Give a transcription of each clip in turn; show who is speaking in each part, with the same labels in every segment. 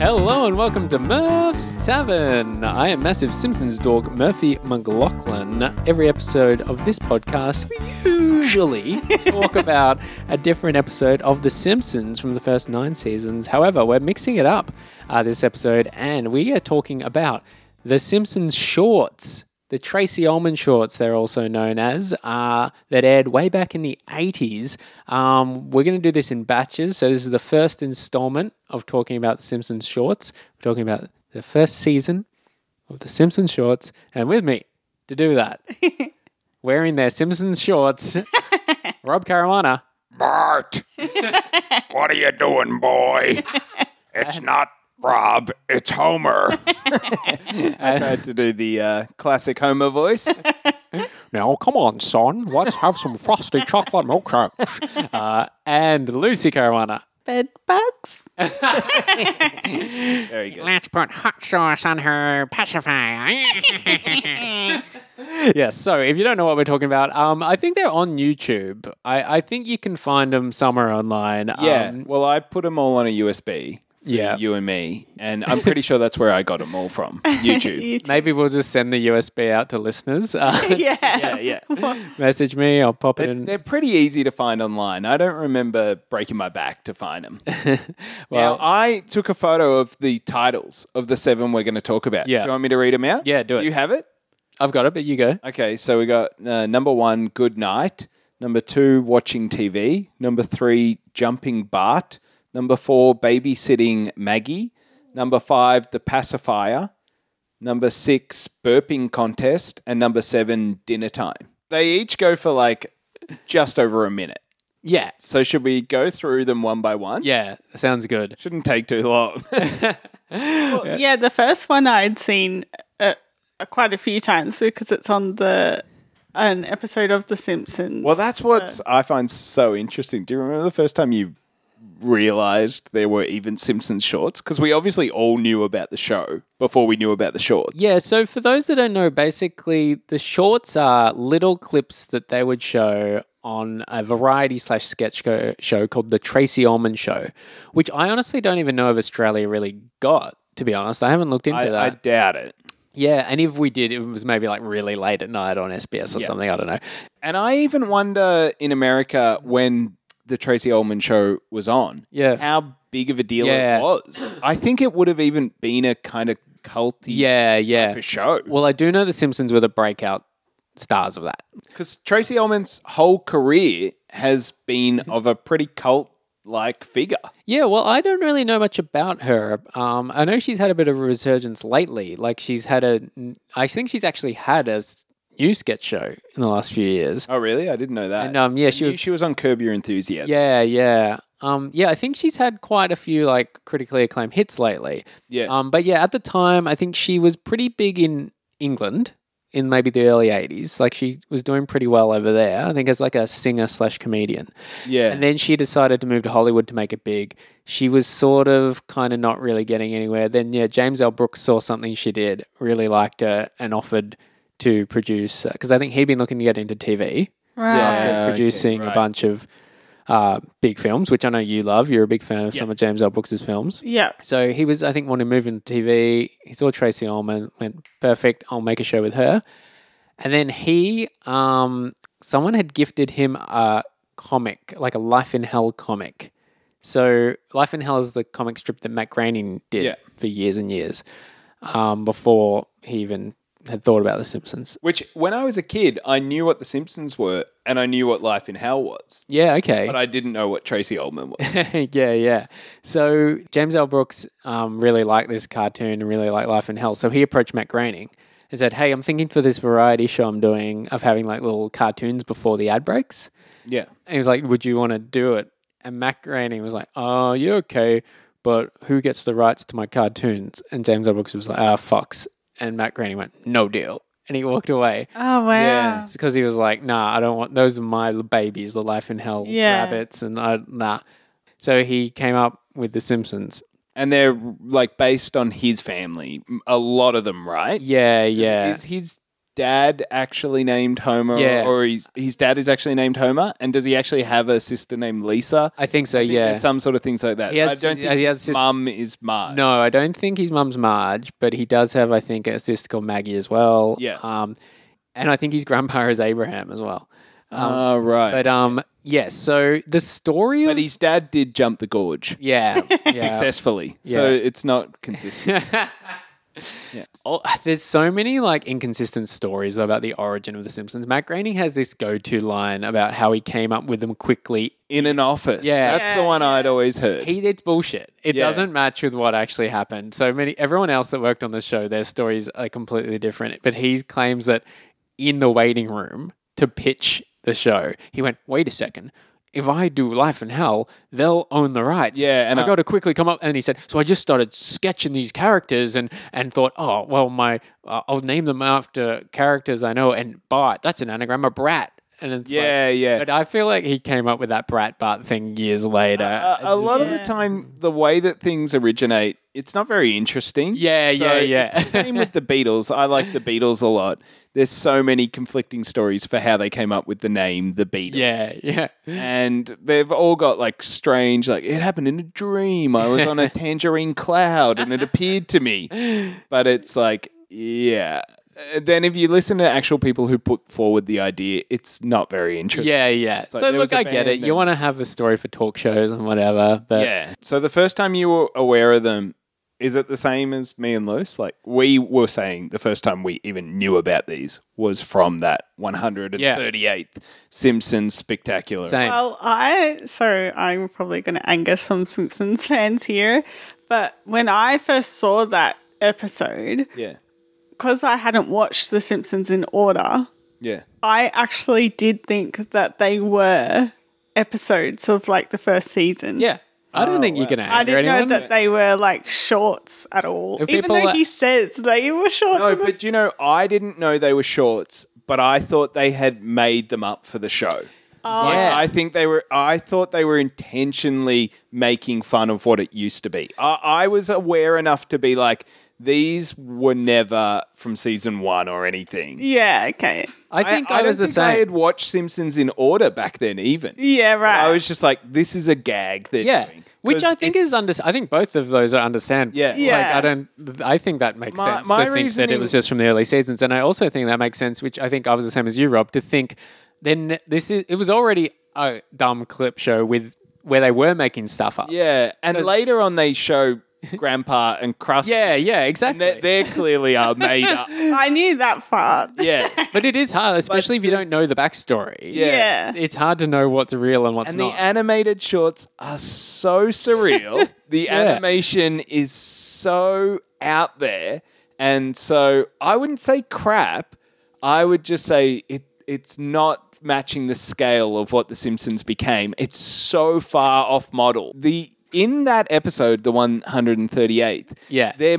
Speaker 1: Hello and welcome to Murph's Tavern. I am massive Simpsons dog Murphy McLaughlin. Every episode of this podcast, we usually talk about a different episode of The Simpsons from the first nine seasons. However, we're mixing it up uh, this episode and we are talking about The Simpsons shorts. The Tracy Ullman shorts, they're also known as, uh, that aired way back in the 80s. Um, we're going to do this in batches. So, this is the first installment of talking about The Simpsons shorts. We're talking about the first season of The Simpsons shorts. And with me to do that, wearing their Simpsons shorts, Rob Caruana.
Speaker 2: Bart, what are you doing, boy? It's not Rob, it's Homer.
Speaker 3: I tried to do the uh, classic Homer voice.
Speaker 1: Um, Now, come on, son. Let's have some frosty chocolate milkshakes. Uh, and Lucy Caruana.
Speaker 4: bed bugs.
Speaker 3: Very good.
Speaker 1: Let's put hot sauce on her pacifier. yes. So if you don't know what we're talking about, um, I think they're on YouTube. I, I think you can find them somewhere online.
Speaker 3: Yeah.
Speaker 1: Um,
Speaker 3: well, I put them all on a USB. for
Speaker 1: Yeah.
Speaker 3: You and me, and I'm pretty sure that's where I got them all from YouTube.
Speaker 1: maybe we'll just send the USB out to listeners. Uh,
Speaker 4: Yeah.
Speaker 3: yeah, yeah.
Speaker 1: message me. I'll pop it
Speaker 3: They-
Speaker 1: in.
Speaker 3: They're pretty easy to find online. I don't remember breaking my back to find them.
Speaker 1: Well-
Speaker 3: now, I took a photo of the titles of the seven we're going to talk about.
Speaker 1: Yeah.
Speaker 3: Do you want me to read them out?
Speaker 1: Yeah, do it.
Speaker 3: you have it?
Speaker 1: I've got it, but you go.
Speaker 3: Okay, so we got uh, number one, good night. Number two, watching TV. Number three, jumping Bart. Number four, babysitting Maggie. Number five, the pacifier. Number six, burping contest. And number seven, dinner time. They each go for like just over a minute.
Speaker 1: Yeah.
Speaker 3: So should we go through them one by one?
Speaker 1: Yeah. Sounds good.
Speaker 3: Shouldn't take too long.
Speaker 4: Well, yeah, the first one I'd seen uh, uh, quite a few times because it's on the an episode of The Simpsons.
Speaker 3: well, that's what I find so interesting. Do you remember the first time you realized there were even Simpsons shorts? Because we obviously all knew about the show before we knew about the shorts.
Speaker 1: Yeah, so for those that don't know, basically the shorts are little clips that they would show on a variety slash sketch co- show called The Tracy Ullman Show, which I honestly don't even know if Australia really got, to be honest. I haven't looked into
Speaker 3: I,
Speaker 1: that.
Speaker 3: I doubt it.
Speaker 1: yeah, and if we did, it was maybe like really late at night on SBS or something. I don't know.
Speaker 3: And I even wonder in America when the Tracy Ullman show was on,
Speaker 1: Yeah.
Speaker 3: how big of a deal
Speaker 1: Yeah.
Speaker 3: it was. I think it would have even been a kind of culty
Speaker 1: Yeah, yeah.
Speaker 3: show.
Speaker 1: Well, I do know The Simpsons were the breakout stars of that.
Speaker 3: Because Tracy Ullman's whole career has been of a pretty cult like figure.
Speaker 1: Yeah, well, I don't really know much about her. Um, I know she's had a bit of a resurgence lately. Like she's had a, I think she's actually had a s- new sketch show in the last few years.
Speaker 3: Oh, really? I didn't know that.
Speaker 1: And um, yeah, she was,
Speaker 3: she was on Curb Your Enthusiasm.
Speaker 1: yeah, yeah, um, yeah. I think she's had quite a few like critically acclaimed hits lately.
Speaker 3: Yeah.
Speaker 1: Um, but yeah, at the time, I think she was pretty big in England in maybe the early '80s. Like she was doing pretty well over there. I think as like a singer slash comedian.
Speaker 3: yeah.
Speaker 1: And then she decided to move to Hollywood to make it big. She was sort of kind of not really getting anywhere. Then, yeah, James L. Brooks saw something she did, really liked her, and offered to produce, because I think he'd been looking to get into TV,
Speaker 4: right.
Speaker 3: Yeah. okay,
Speaker 1: producing a
Speaker 3: right.
Speaker 1: bunch of uh, big films, which I know you love. You're a big fan of some of James L. Brooks' films.
Speaker 4: Yeah.
Speaker 1: So he was, I think, wanting to move into TV. He saw Tracy Ullman, went perfect. I'll make a show with her. And then he, um, someone had gifted him a comic, like a Life in Hell comic. So Life in Hell is the comic strip that Matt Groening did
Speaker 3: Yeah.
Speaker 1: for years and years um, before he even had thought about The Simpsons.
Speaker 3: Which, when I was a kid, I knew what The Simpsons were and I knew what Life in Hell was,
Speaker 1: Yeah, okay.
Speaker 3: but I didn't know what Tracy Ullman was.
Speaker 1: yeah, yeah. So James L. Brooks um, really liked this cartoon and really liked Life in Hell. So he approached Matt Groening and said, "Hey, I'm thinking for this variety show I'm doing of having like little cartoons before the ad breaks."
Speaker 3: yeah.
Speaker 1: And he was like, "Would you want to do it?" And Matt Groening was like, "Oh, you're okay, but who gets the rights to my cartoons?" And James L. Brooks was like, "Ah, Fox." And Matt Groening went, "No deal," and he walked away.
Speaker 4: Oh wow.
Speaker 1: Uh,
Speaker 3: Yeah.
Speaker 1: It's because he was like, nah, I don't want those are my babies, the life in hell
Speaker 4: Yeah.
Speaker 1: rabbits, and I nah. So he came up with The Simpsons.
Speaker 3: And they're like based on his family, m- a lot of them, right?
Speaker 1: Yeah, yeah.
Speaker 3: Is his dad actually named Homer,
Speaker 1: Yeah.
Speaker 3: or his his dad is actually named Homer, and does he actually have a sister named Lisa?
Speaker 1: I think so. yeah.
Speaker 3: There's some sort of things like that.
Speaker 1: He has-
Speaker 3: I don't
Speaker 1: he
Speaker 3: think
Speaker 1: has
Speaker 3: his
Speaker 1: sis-
Speaker 3: mum is Marge.
Speaker 1: No, I don't think his mum's Marge, but he does have, I think, a sister called Maggie as well.
Speaker 3: Yeah.
Speaker 1: Um, and I think his grandpa is Abraham as well.
Speaker 3: Ah, right.
Speaker 1: But
Speaker 3: But,
Speaker 1: um, yes. so the story of
Speaker 3: his dad did jump the gorge
Speaker 1: yeah, yeah.
Speaker 3: successfully, so
Speaker 1: Yeah.
Speaker 3: it's not consistent.
Speaker 1: Oh, there's so many like inconsistent stories about the origin of the Simpsons. Matt Groening has this go-to line about how he came up with them quickly.
Speaker 3: In an office,
Speaker 1: Yeah.
Speaker 3: that's the one I'd always heard.
Speaker 1: He it's bullshit. It
Speaker 3: Yeah.
Speaker 1: doesn't match with what actually happened. So many everyone else that worked on the show, their stories are completely different. But he claims that in the waiting room to pitch the show, he went, "Wait a second. If I do Life and Hell, they'll own the rights."
Speaker 3: Yeah, and
Speaker 1: I
Speaker 3: I-
Speaker 1: got to quickly come up. And he said, "So I just started sketching these characters and and thought, oh well, my uh, I'll name them after characters I know. And Bart, that's an anagram of brat." And it's like-
Speaker 3: yeah, yeah.
Speaker 1: But I feel like he came up with that Brat Bart thing years later.
Speaker 3: a, a
Speaker 1: It's-
Speaker 3: lot of the time, the way that things originate, it's not very interesting.
Speaker 1: Yeah, yeah, yeah.
Speaker 3: It's the same with the Beatles. I like the Beatles a lot. There's so many conflicting stories for how they came up with the name the Beatles.
Speaker 1: Yeah, yeah.
Speaker 3: And they've all got like strange, like, it happened in a dream. I was on a tangerine cloud and it appeared to me. But it's like, yeah. Uh, Then if you listen to actual people who put forward the idea, it's not very interesting.
Speaker 1: Yeah, yeah.
Speaker 3: like
Speaker 1: so
Speaker 3: there was
Speaker 1: look,
Speaker 3: a
Speaker 1: I get it.
Speaker 3: band
Speaker 1: You
Speaker 3: and-
Speaker 1: want to have a story for talk shows and whatever, but
Speaker 3: Yeah. So the first time you were aware of them, is it the same as me and Lewis? Like we were saying, the first time we even knew about these was from that 138th Simpsons spectacular.
Speaker 1: same.
Speaker 4: Well, I so I'm probably going to anger some Simpsons fans here, but when I first saw that episode,
Speaker 3: Yeah.
Speaker 4: because I hadn't watched The Simpsons in order,
Speaker 3: Yeah.
Speaker 4: I actually did think that they were episodes of like the first season.
Speaker 1: yeah. I
Speaker 3: Oh,
Speaker 1: don't think you're going to
Speaker 4: I
Speaker 1: anger
Speaker 4: didn't
Speaker 1: anyone.
Speaker 4: know that they were like shorts at all.
Speaker 1: If
Speaker 4: Even
Speaker 1: people
Speaker 4: though
Speaker 1: are-
Speaker 4: he says they were shorts.
Speaker 3: No,
Speaker 4: in the-
Speaker 3: but you know, I didn't know they were shorts, but I thought they had made them up for the show. Like,
Speaker 1: Yeah.
Speaker 3: I think they were. I thought they were intentionally making fun of what it used to be. I, I was aware enough to be like, these were never from season one or anything.
Speaker 4: yeah, okay.
Speaker 1: I think I,
Speaker 3: don't
Speaker 1: was the
Speaker 3: think I
Speaker 1: same.
Speaker 3: had watched Simpsons in order back then, even.
Speaker 4: Yeah, right.
Speaker 3: I was just like, this is a gag. They're
Speaker 1: yeah.
Speaker 3: doing.
Speaker 1: Which
Speaker 3: 'Cause
Speaker 1: I think is
Speaker 3: it's-
Speaker 1: under. I think both of those are understandable.
Speaker 3: Yeah. Yeah.
Speaker 1: Like, I don't. I think that makes
Speaker 3: My-
Speaker 1: sense
Speaker 3: my
Speaker 1: to think that it was
Speaker 3: reasoning-
Speaker 1: just from the early seasons, and I also think that makes sense. Which I think I was the same as you, Rob, to think then this is it was already a dumb clip show with where they were making stuff up.
Speaker 3: Yeah, and later on they show Grandpa and Krusty.
Speaker 1: yeah, yeah,
Speaker 3: and
Speaker 1: exactly.
Speaker 3: they they clearly are made up.
Speaker 4: I knew that part.
Speaker 3: Yeah,
Speaker 1: But it is hard, especially if you don't know the backstory.
Speaker 4: Yeah.
Speaker 1: It's hard to know what's real and what's
Speaker 3: And
Speaker 1: not.
Speaker 3: the animated shorts are so surreal. the animation is so out there. And so I wouldn't say crap. I would just say it it's not matching the scale of what the Simpsons became. It's so far off model. The in that episode, the 138th,
Speaker 1: Yeah.
Speaker 3: they're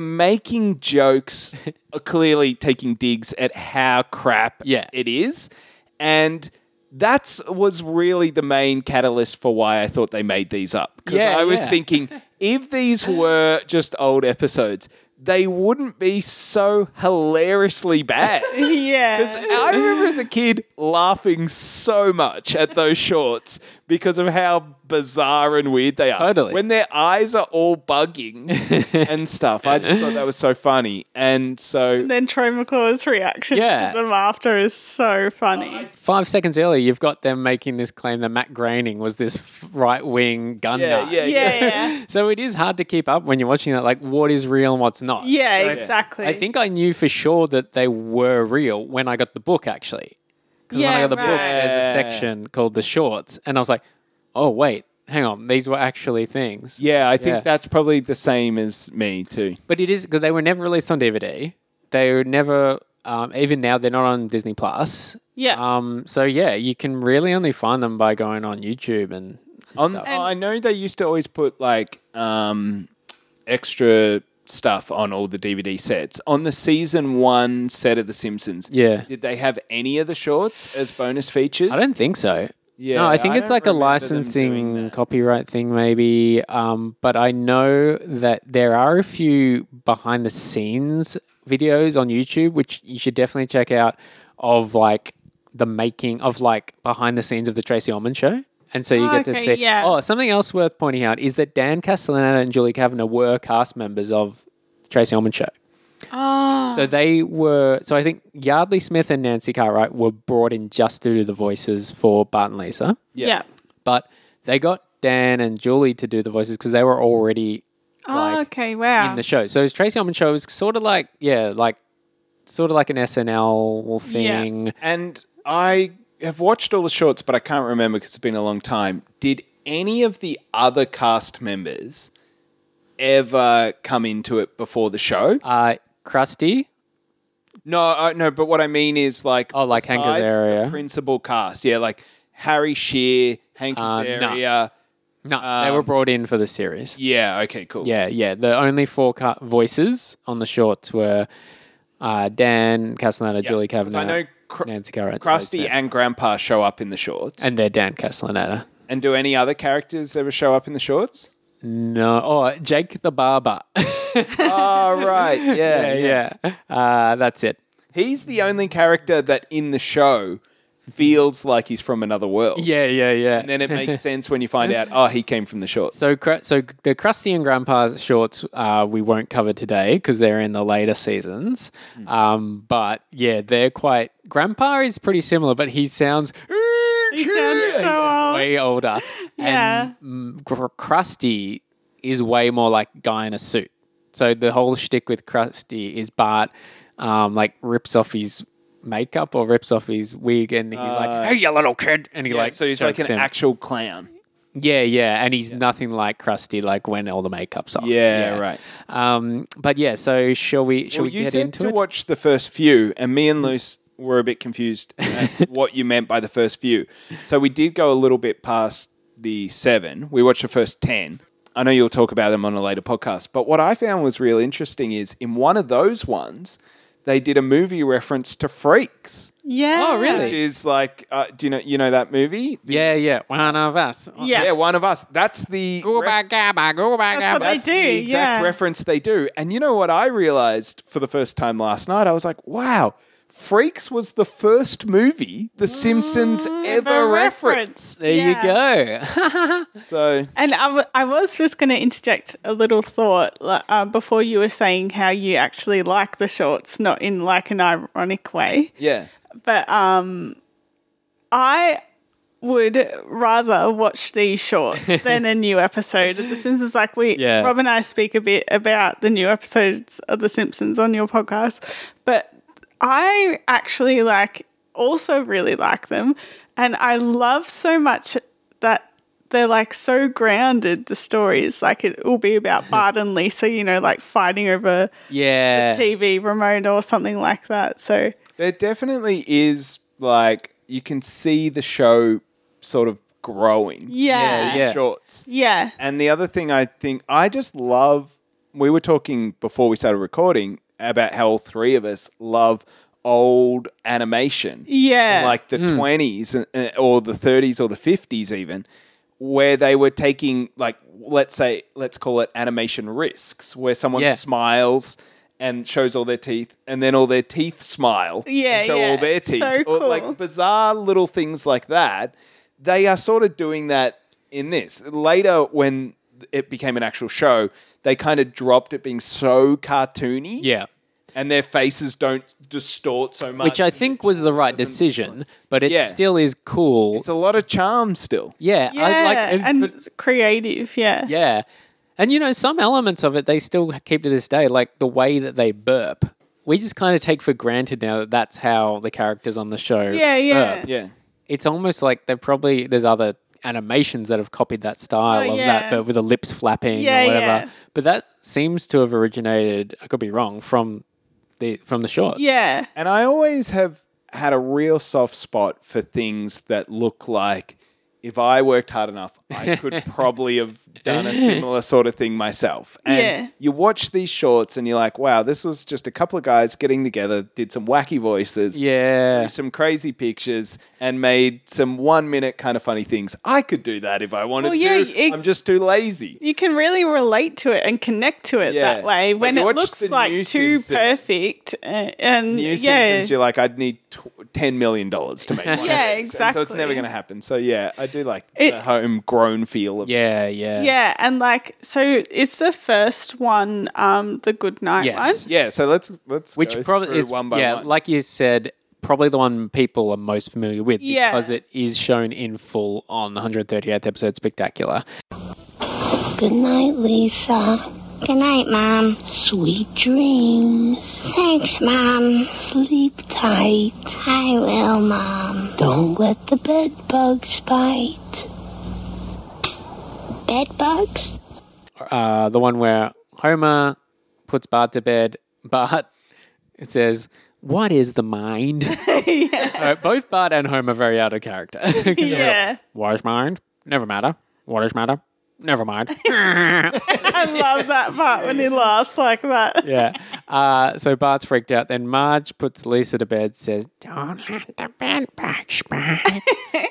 Speaker 3: making jokes, uh, clearly taking digs at how crap
Speaker 1: Yeah.
Speaker 3: it is. And that's was really the main catalyst for why I thought they made these up. Because
Speaker 1: Yeah,
Speaker 3: I was
Speaker 1: yeah.
Speaker 3: thinking if these were just old episodes, they wouldn't be so hilariously bad. Because
Speaker 4: Yeah.
Speaker 3: I remember as a kid laughing so much at those shorts because of how bizarre and weird they are.
Speaker 1: Totally.
Speaker 3: When their eyes are all bugging and stuff, I just thought that was so funny. And so,
Speaker 4: Then Troy McClure's reaction
Speaker 1: Yeah.
Speaker 4: to them after is so funny.
Speaker 3: Oh,
Speaker 1: Five seconds earlier, you've got them making this claim that Matt Groening was this right wing gun
Speaker 3: yeah,
Speaker 1: nut.
Speaker 3: yeah,
Speaker 4: yeah, yeah.
Speaker 1: So it is hard to keep up when you're watching that, like what is real and what's not.
Speaker 4: Yeah, exactly.
Speaker 1: I think I knew for sure that they were real when I got the book, actually. Because when I
Speaker 4: Yeah,
Speaker 1: got the book,
Speaker 4: right.
Speaker 1: there's a
Speaker 3: Yeah.
Speaker 1: section called The Shorts, and I was like, oh, wait, hang on, these were actually things.
Speaker 3: Yeah, I think
Speaker 1: Yeah.
Speaker 3: that's probably the same as me too.
Speaker 1: But it is because they were never released on DVD. They were never, um, even now, they're not on Disney Plus.
Speaker 4: Yeah.
Speaker 1: Um. So yeah, you can really only find them by going on YouTube and.
Speaker 3: On, I know they used to always put like um, extra stuff on all the DVD sets. On the season one set of The Simpsons,
Speaker 1: Yeah.
Speaker 3: did they have any of the shorts as bonus features?
Speaker 1: I don't think so.
Speaker 3: Yeah,
Speaker 1: no, I think it's
Speaker 3: don't
Speaker 1: like a
Speaker 3: remember them doing
Speaker 1: licensing
Speaker 3: that.
Speaker 1: copyright thing, maybe. Um, but I know that there are a few behind the scenes videos on YouTube, which you should definitely check out, of like the making of like behind the scenes of the Tracy Ullman show. And so you
Speaker 4: Oh,
Speaker 1: get to
Speaker 4: okay,
Speaker 1: see.
Speaker 4: yeah.
Speaker 1: Oh, something else worth pointing out is that Dan Castellaneta and Julie Kavanagh were cast members of Tracy Ullman show.
Speaker 4: Oh,
Speaker 1: So they were. So I think Yardley Smith and Nancy Cartwright were brought in just due to the voices for Bart and Lisa
Speaker 4: yeah.
Speaker 1: but they got Dan and Julie to do the voices because they were already
Speaker 4: oh,
Speaker 1: like
Speaker 4: okay. Wow.
Speaker 1: in the show. So his Tracy Ullman show was sort of like yeah, like sort of like an SNL thing.
Speaker 3: And I have watched all the shorts, but I can't remember because it's been a long time. Did any of the other cast members ever come into it before the show?
Speaker 1: Uh, Krusty,
Speaker 3: No, uh, no. But what I mean is like,
Speaker 1: Oh, like Hank
Speaker 3: besides the
Speaker 1: Azaria.
Speaker 3: principal cast. Yeah, like Harry Shearer, Hank
Speaker 1: Uh, no.
Speaker 3: Azaria.
Speaker 1: no, they were brought in for the series.
Speaker 3: Yeah. Okay. Cool.
Speaker 1: Yeah, yeah. The only four ca- voices on the shorts were uh, Dan Castellaneta, Julie
Speaker 3: because
Speaker 1: Kavanagh,
Speaker 3: I know Cr-
Speaker 1: Nancy Cartwright,
Speaker 3: Krusty
Speaker 1: Smith.
Speaker 3: and Grandpa show up in the shorts.
Speaker 1: and they're Dan Castellaneta.
Speaker 3: and do any other characters ever show up in the shorts?
Speaker 1: No, oh Jake the Barber.
Speaker 3: oh, right. Yeah. Yeah.
Speaker 1: yeah, uh, that's it.
Speaker 3: He's the only character that in the show feels like he's from another world.
Speaker 1: Yeah, yeah, yeah.
Speaker 3: And then it makes sense when you find out, oh, he came from the shorts.
Speaker 1: So, Kra- so the Krusty and Grandpa's shorts uh, we won't cover today because they're in the later seasons. Um, but yeah, they're quite. Grandpa is pretty similar, but he sounds.
Speaker 4: He sounds so old.
Speaker 1: way older.
Speaker 4: Yeah.
Speaker 1: And mm, Gr- Krusty is way more like guy in a suit. So the whole shtick with Krusty is Bart um, like rips off his makeup or rips off his wig and he's like, hey, you little kid. And he
Speaker 3: Yeah,
Speaker 1: like,
Speaker 3: so he's like an
Speaker 1: jokes him.
Speaker 3: actual clown.
Speaker 1: Yeah, yeah, and he's nothing like Krusty, like when all the makeup's off.
Speaker 3: Yeah, right.
Speaker 1: Um, but yeah, so shall we? Shall
Speaker 3: Well,
Speaker 1: we
Speaker 3: you
Speaker 1: get
Speaker 3: said
Speaker 1: into
Speaker 3: to
Speaker 1: it?
Speaker 3: watch the first few, and me and Luce were a bit confused at what you meant by the first few. So we did go a little bit past the seven. We watched the first ten. I know you'll talk about them on a later podcast, but what I found was real interesting is in one of those ones, they did a movie reference to Freaks,
Speaker 4: yeah.
Speaker 1: Oh, really?
Speaker 3: which is like, uh, do you know you know that movie?
Speaker 1: yeah, yeah, one of us.
Speaker 4: Yeah.
Speaker 3: Yeah, one of us. That's the
Speaker 1: Go
Speaker 3: ref-
Speaker 1: back, gabba, go back,
Speaker 4: That's what
Speaker 1: gabba.
Speaker 4: they
Speaker 3: that's
Speaker 4: do.
Speaker 3: the exact
Speaker 4: yeah.
Speaker 3: reference they do. And you know what I realized for the first time last night? I was like, wow, Freaks was the first movie The
Speaker 1: Mm,
Speaker 3: Simpsons ever referenced.
Speaker 1: There
Speaker 4: Yeah.
Speaker 1: you go.
Speaker 3: So,
Speaker 4: And I, w- I was just going to interject a little thought like, uh, before you were saying how you actually like the shorts, not in like an ironic way,
Speaker 3: yeah.
Speaker 4: but um, I would rather watch these shorts than a new episode of The Simpsons. Like we,
Speaker 1: Yeah.
Speaker 4: Rob and I speak a bit about the new episodes of The Simpsons on your podcast, but I actually like also really like them, and I love so much that they're like so grounded. The stories, like it will be about Bart and Lisa, you know, like fighting over
Speaker 1: yeah,
Speaker 4: TV remote or something like that. So
Speaker 3: There definitely is like, you can see the show sort of growing.
Speaker 4: yeah,
Speaker 1: Yeah, yeah.
Speaker 3: Shorts.
Speaker 4: yeah.
Speaker 3: And the other thing I think I just love, we were talking before we started recording about how all three of us love old animation.
Speaker 4: Yeah.
Speaker 3: like the
Speaker 1: Hmm.
Speaker 3: 20s uh, or the 30s or the 50s even where they were taking like let's say let's call it animation risks where someone
Speaker 1: Yeah.
Speaker 3: smiles and shows all their teeth and then all their teeth smile and
Speaker 4: Yeah,
Speaker 3: show
Speaker 4: yeah.
Speaker 3: all their teeth
Speaker 4: So
Speaker 3: or
Speaker 4: cool.
Speaker 3: like bizarre little things like that they are sort of doing that in this later when it became an actual show they kind of dropped it being so cartoony
Speaker 1: yeah.
Speaker 3: and their faces don't distort so much
Speaker 1: Which I think was the right decision, but it
Speaker 3: Yeah.
Speaker 1: still is cool.
Speaker 3: it's a lot of charm still
Speaker 1: yeah,
Speaker 4: yeah.
Speaker 1: I like. it-
Speaker 4: and
Speaker 1: but-
Speaker 4: it's creative. Yeah.
Speaker 1: yeah, and you know some elements of it they still keep to this day, like the way that they burp. We just kind of take for granted now that that's how the characters on the show
Speaker 4: Yeah.
Speaker 1: burp.
Speaker 4: Yeah.
Speaker 3: Yeah.
Speaker 1: it's almost like they probably there's other animations that have copied that style
Speaker 4: Oh,
Speaker 1: of
Speaker 4: yeah.
Speaker 1: that, but with the lips flapping
Speaker 4: Yeah,
Speaker 1: or whatever.
Speaker 4: yeah.
Speaker 1: But that seems to have originated. I could be wrong from the from the short.
Speaker 4: Yeah.
Speaker 3: And I always have had a real soft spot for things that look like if I worked hard enough, I could probably have done a similar sort of thing myself. And
Speaker 4: Yeah.
Speaker 3: you watch these shorts and you're like, wow, this was just a couple of guys getting together, did some wacky voices,
Speaker 1: Yeah.
Speaker 3: drew some crazy pictures, and made some one minute kind of funny things. I could do that if I wanted
Speaker 4: Well, yeah, e-
Speaker 3: to.
Speaker 4: it-
Speaker 3: I'm just too lazy.
Speaker 4: You can really relate to it and connect to it
Speaker 3: Yeah.
Speaker 4: that way
Speaker 3: But
Speaker 4: when
Speaker 3: you
Speaker 4: it
Speaker 3: watch
Speaker 4: looks
Speaker 3: the
Speaker 4: like
Speaker 3: new
Speaker 4: too
Speaker 3: Simpsons.
Speaker 4: perfect uh, and
Speaker 3: New
Speaker 4: yeah,
Speaker 3: Simpsons, you're like, I'd need tw- ten million dollars to make one. of
Speaker 4: Yeah,
Speaker 3: these. And so it's never
Speaker 4: exactly.
Speaker 3: going to happen. So yeah, I do like
Speaker 4: It-
Speaker 3: the homegrown feel of
Speaker 1: Yeah, yeah.
Speaker 4: yeah, and like so is the first one um the good night
Speaker 1: Yes.
Speaker 4: one?
Speaker 3: Yeah, so let's let's
Speaker 1: Which
Speaker 3: go
Speaker 1: probably
Speaker 3: through
Speaker 1: is
Speaker 3: one by
Speaker 1: yeah,
Speaker 3: one.
Speaker 1: like you said, probably the one people are most familiar with
Speaker 4: Yeah.
Speaker 1: because it is shown in full on 138th episode spectacular.
Speaker 5: Good night, Lisa. Good night, Mom. Sweet dreams. Thanks, Mom. Sleep tight. I will, Mom. Don't let the bed bugs bite. Bed bugs?
Speaker 1: Uh, the one where Homer puts Bart to bed. Bart says, "What is the mind?" Uh, both Bart and Homer are very out of character.
Speaker 4: Yeah.
Speaker 1: what is mind? Never matter. What is matter? Never mind.
Speaker 4: I love that part when he laughs like that.
Speaker 1: yeah. Uh, so Bart's freaked out. Then Marge puts Lisa to bed, says, Don't let the bed bugs bite."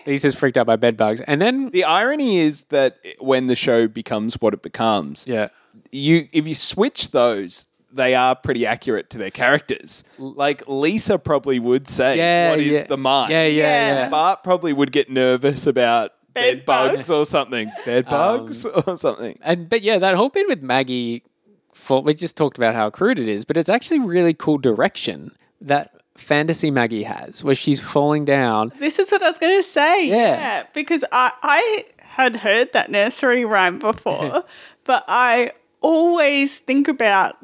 Speaker 1: Lisa's freaked out by bed bugs. And then,
Speaker 3: the irony is that when the show becomes what it becomes,
Speaker 1: yeah.
Speaker 3: you if you switch those, they are pretty accurate to their characters. Like Lisa probably would say, "What is the mind?"
Speaker 1: Yeah, yeah,
Speaker 4: Yeah.
Speaker 1: yeah.
Speaker 3: Bart probably would get nervous about bed,
Speaker 4: Bed
Speaker 3: bugs.
Speaker 4: bugs.
Speaker 3: or something. Bed
Speaker 1: Um,
Speaker 3: bugs or something.
Speaker 1: And, but yeah, that whole bit with Maggie, for, we just talked about how crude it is, but it's actually really cool direction that fantasy Maggie has, where she's falling down.
Speaker 4: This is what I was going to say.
Speaker 1: Yeah.
Speaker 4: because I, I had heard that nursery rhyme before, but I always think about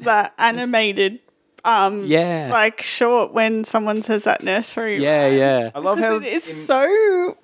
Speaker 4: that animated um
Speaker 1: Yeah.
Speaker 4: like short when someone says that nursery
Speaker 1: yeah, yeah.
Speaker 3: I love how
Speaker 4: rhyme. It is
Speaker 3: in-
Speaker 4: so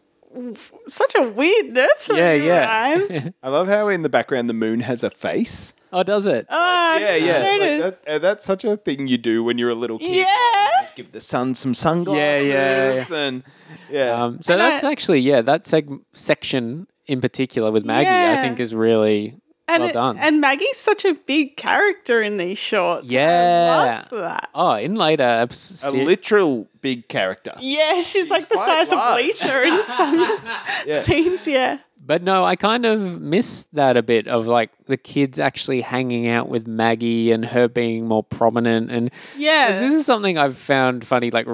Speaker 4: such a weird nursery
Speaker 1: Yeah, yeah.
Speaker 4: rhyme.
Speaker 3: I love how in the background the moon has a face.
Speaker 1: Oh, does it?
Speaker 4: Oh,
Speaker 3: Yeah, yeah. Like,
Speaker 4: Notice.
Speaker 3: that- uh, that's such a thing you do when you're a little kid.
Speaker 4: Yeah.
Speaker 3: Just give the sun some sunglasses.
Speaker 1: Yeah, yeah,
Speaker 3: And yeah.
Speaker 1: Um, so that's actually, yeah, that seg- section in particular with Maggie, I
Speaker 4: Yeah.
Speaker 1: think is really
Speaker 4: and,
Speaker 1: well
Speaker 4: it-
Speaker 1: done.
Speaker 4: and Maggie's such a big character in these shorts.
Speaker 1: Yeah.
Speaker 4: I love that.
Speaker 1: Oh, in later eps-
Speaker 3: a
Speaker 1: se-
Speaker 3: literal big character.
Speaker 4: Yeah, she's, like the
Speaker 3: quite
Speaker 4: size
Speaker 3: large.
Speaker 4: of Lisa in some scenes. Yeah.
Speaker 1: but no, I kind of miss that a bit of like the kids actually hanging out with Maggie and her being more prominent. And 'cause
Speaker 4: Yeah.
Speaker 1: this is something I've found funny, like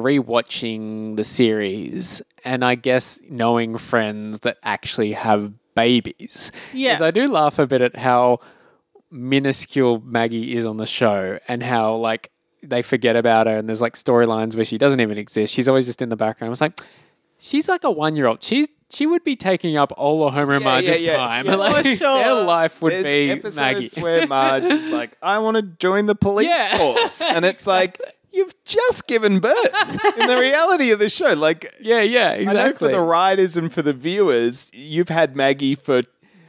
Speaker 1: rewatching the series, and I guess knowing friends that actually have babies. 'Cause
Speaker 4: Yeah.
Speaker 1: I do laugh a bit at how minuscule Maggie is on the show and how like they forget about her and there's like storylines where she doesn't even exist. She's always just in the background. It's like she's like a one year old. She's she would be taking up all of Homer and
Speaker 3: Yeah, yeah,
Speaker 1: Marge's
Speaker 3: yeah.
Speaker 1: time.
Speaker 3: Yeah.
Speaker 1: Like,
Speaker 4: For sure.
Speaker 1: Their life would
Speaker 3: There's
Speaker 1: be
Speaker 3: episodes
Speaker 1: Maggie.
Speaker 3: where Marge is like, I want to join the police
Speaker 1: Yeah.
Speaker 3: force. And it's like, you've just given birth in the reality of the show. Like,
Speaker 1: yeah, yeah,
Speaker 3: I know for
Speaker 1: exactly.
Speaker 3: the writers and for the viewers, you've had Maggie for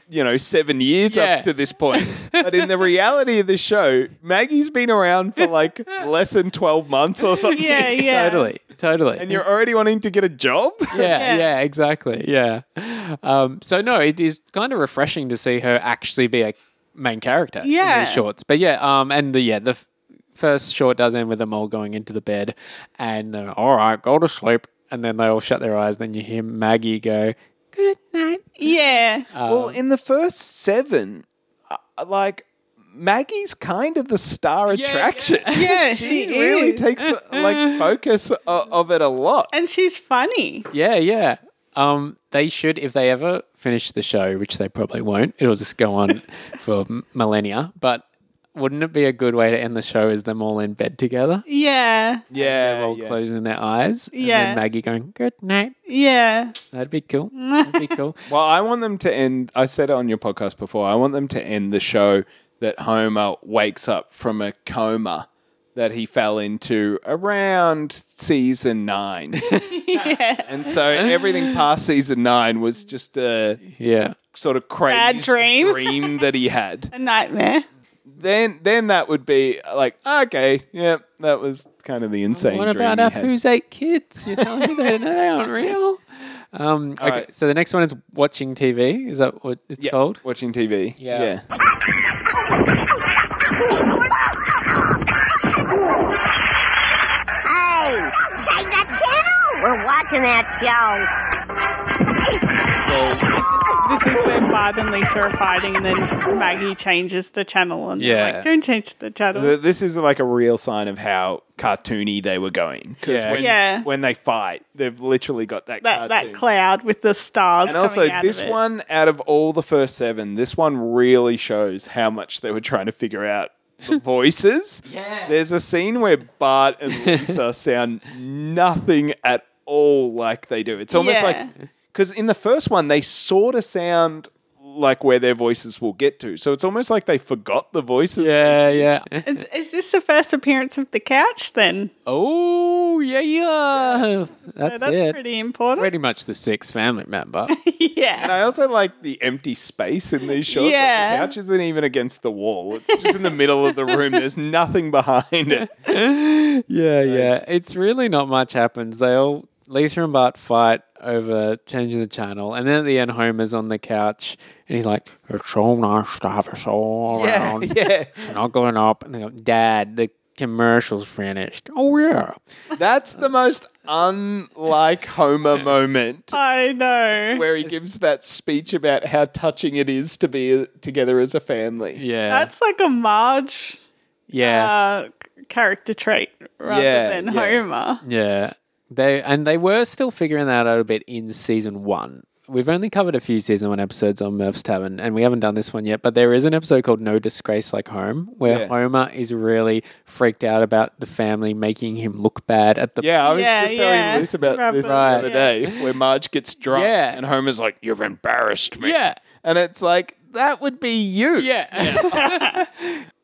Speaker 3: you know seven years
Speaker 1: Yeah.
Speaker 3: up to this point, but in the reality of the show, Maggie's been around for like less than twelve months or something,
Speaker 4: yeah, yeah.
Speaker 1: Totally, totally.
Speaker 3: and you're already wanting to get a job.
Speaker 1: yeah,
Speaker 4: Yeah.
Speaker 1: yeah, exactly. Yeah. Um, so no, it is kind of refreshing to see her actually be a main character in
Speaker 4: Yeah.
Speaker 1: these shorts. But yeah, um, and the yeah the f- first short does end with them all going into the bed, and they're, all right, go to sleep, and then they all shut their eyes. Then you hear Maggie go, "Good night."
Speaker 4: Yeah.
Speaker 3: well, in the first seven, uh, like Maggie's kind of the star
Speaker 1: yeah.
Speaker 3: attraction.
Speaker 4: yeah,
Speaker 3: She
Speaker 4: she
Speaker 3: really
Speaker 4: is.
Speaker 3: takes like focus o- of it a lot.
Speaker 4: and she's funny.
Speaker 1: Yeah, yeah. Um, they should if they ever finish the show, which they probably won't. It'll just go on for m- millennia. But wouldn't it be a good way to end the show? Is them all in bed together?
Speaker 4: Yeah.
Speaker 3: Yeah,
Speaker 1: all
Speaker 3: yeah.
Speaker 1: closing their eyes. And
Speaker 4: Yeah.
Speaker 1: then Maggie going, good night.
Speaker 4: Yeah.
Speaker 1: That'd be cool. That'd be cool.
Speaker 3: Well, I want them to end. I said it on your podcast before. I want them to end the show that Homer wakes up from a coma that he fell into around season nine. And so everything past season nine was just a
Speaker 1: Yeah.
Speaker 3: sort of crazy
Speaker 4: dream.
Speaker 3: dream that he had.
Speaker 4: A nightmare.
Speaker 3: Then, then that would be like, okay, yeah, that was kind of the insane.
Speaker 1: What about
Speaker 3: dream
Speaker 1: our
Speaker 3: he had.
Speaker 1: Who's Eight Kids? You're telling me they're not, they aren't real? Um, okay,
Speaker 3: right.
Speaker 1: so the next one is watching TV. Is that what it's
Speaker 3: Yeah,
Speaker 1: called?
Speaker 3: Watching TV.
Speaker 1: Yeah.
Speaker 3: yeah.
Speaker 6: Hey, change the channel. We're watching that show.
Speaker 4: This is where Bart and Lisa are fighting, and then Maggie changes the channel, and they're
Speaker 1: Yeah.
Speaker 4: like, "Don't change the channel."
Speaker 3: Th- This is like a real sign of how cartoony they were going. Because
Speaker 1: Yeah.
Speaker 3: when,
Speaker 4: Yeah.
Speaker 3: when they fight, they've literally got that,
Speaker 4: that that
Speaker 3: cartoon.
Speaker 4: cloud with the stars.
Speaker 3: and also,
Speaker 4: coming out
Speaker 3: this
Speaker 4: of it.
Speaker 3: one, out of all the first seven, this one really shows how much they were trying to figure out the voices. yeah. There's a scene where Bart and Lisa sound nothing at all like they do. It's almost
Speaker 4: Yeah.
Speaker 3: like, because in the first one, they sort of sound like where their voices will get to. So it's almost like they forgot the voices.
Speaker 1: Yeah, yeah.
Speaker 4: Is, is this the first appearance of the couch? Then
Speaker 1: Oh, yeah, yeah. That's,
Speaker 4: so that's
Speaker 1: it. Pretty,
Speaker 4: pretty important.
Speaker 1: much the six family member.
Speaker 4: yeah,
Speaker 3: And I also like the empty space in these shots. Like, the
Speaker 4: Yeah.
Speaker 3: couch isn't even against the wall. It's just in the middle of the room. There's nothing behind it.
Speaker 1: yeah, yeah. It's really not much happens. They all Lisa and Bart fight over changing the channel, and then at the end, Homer's on the couch and he's like, "It's so nice to have us all around."
Speaker 3: yeah.
Speaker 1: snuggling up and they go, Dad, the commercial's finished. Oh yeah.
Speaker 3: That's the most unlike Homer moment
Speaker 4: I know.
Speaker 3: where he gives that speech about how touching it is to be together as a family.
Speaker 1: Yeah.
Speaker 4: That's like a Marge
Speaker 1: yeah.
Speaker 4: uh, c- character trait rather
Speaker 3: Yeah,
Speaker 4: than
Speaker 3: yeah.
Speaker 4: Homer.
Speaker 1: yeah. They and they were still figuring that out a bit in season one. We've only covered a few season one episodes on Murph's Tavern, and we haven't done this one yet. But there is an episode called No Disgrace Like Home, where
Speaker 3: Yeah.
Speaker 1: Homer is really freaked out about the family making him look bad at the
Speaker 3: Yeah, I was
Speaker 4: Yeah,
Speaker 3: just telling
Speaker 4: yeah.
Speaker 3: Liz about this the
Speaker 1: Right.
Speaker 3: other day where Marge gets drunk
Speaker 1: Yeah.
Speaker 3: and Homer's like, You've embarrassed me.
Speaker 1: Yeah.
Speaker 3: And it's like, That would be you.
Speaker 1: Yeah.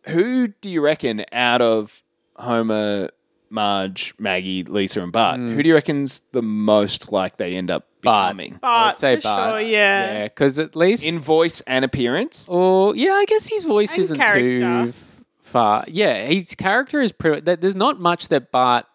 Speaker 3: who do you reckon out of Homer, Marge, Maggie, Lisa, and Bart, who do you reckon's the most like they end up
Speaker 1: Hmm. Bart.
Speaker 3: becoming
Speaker 1: I'd
Speaker 4: But
Speaker 1: say
Speaker 4: for
Speaker 1: Bart.
Speaker 4: sure, yeah.
Speaker 1: Yeah, because at least
Speaker 3: in voice and appearance?
Speaker 1: Or Oh, yeah, I guess his voice
Speaker 4: And
Speaker 1: isn't too
Speaker 4: character.
Speaker 1: f- far. Yeah, his character is pretty. that- There's not much that Bart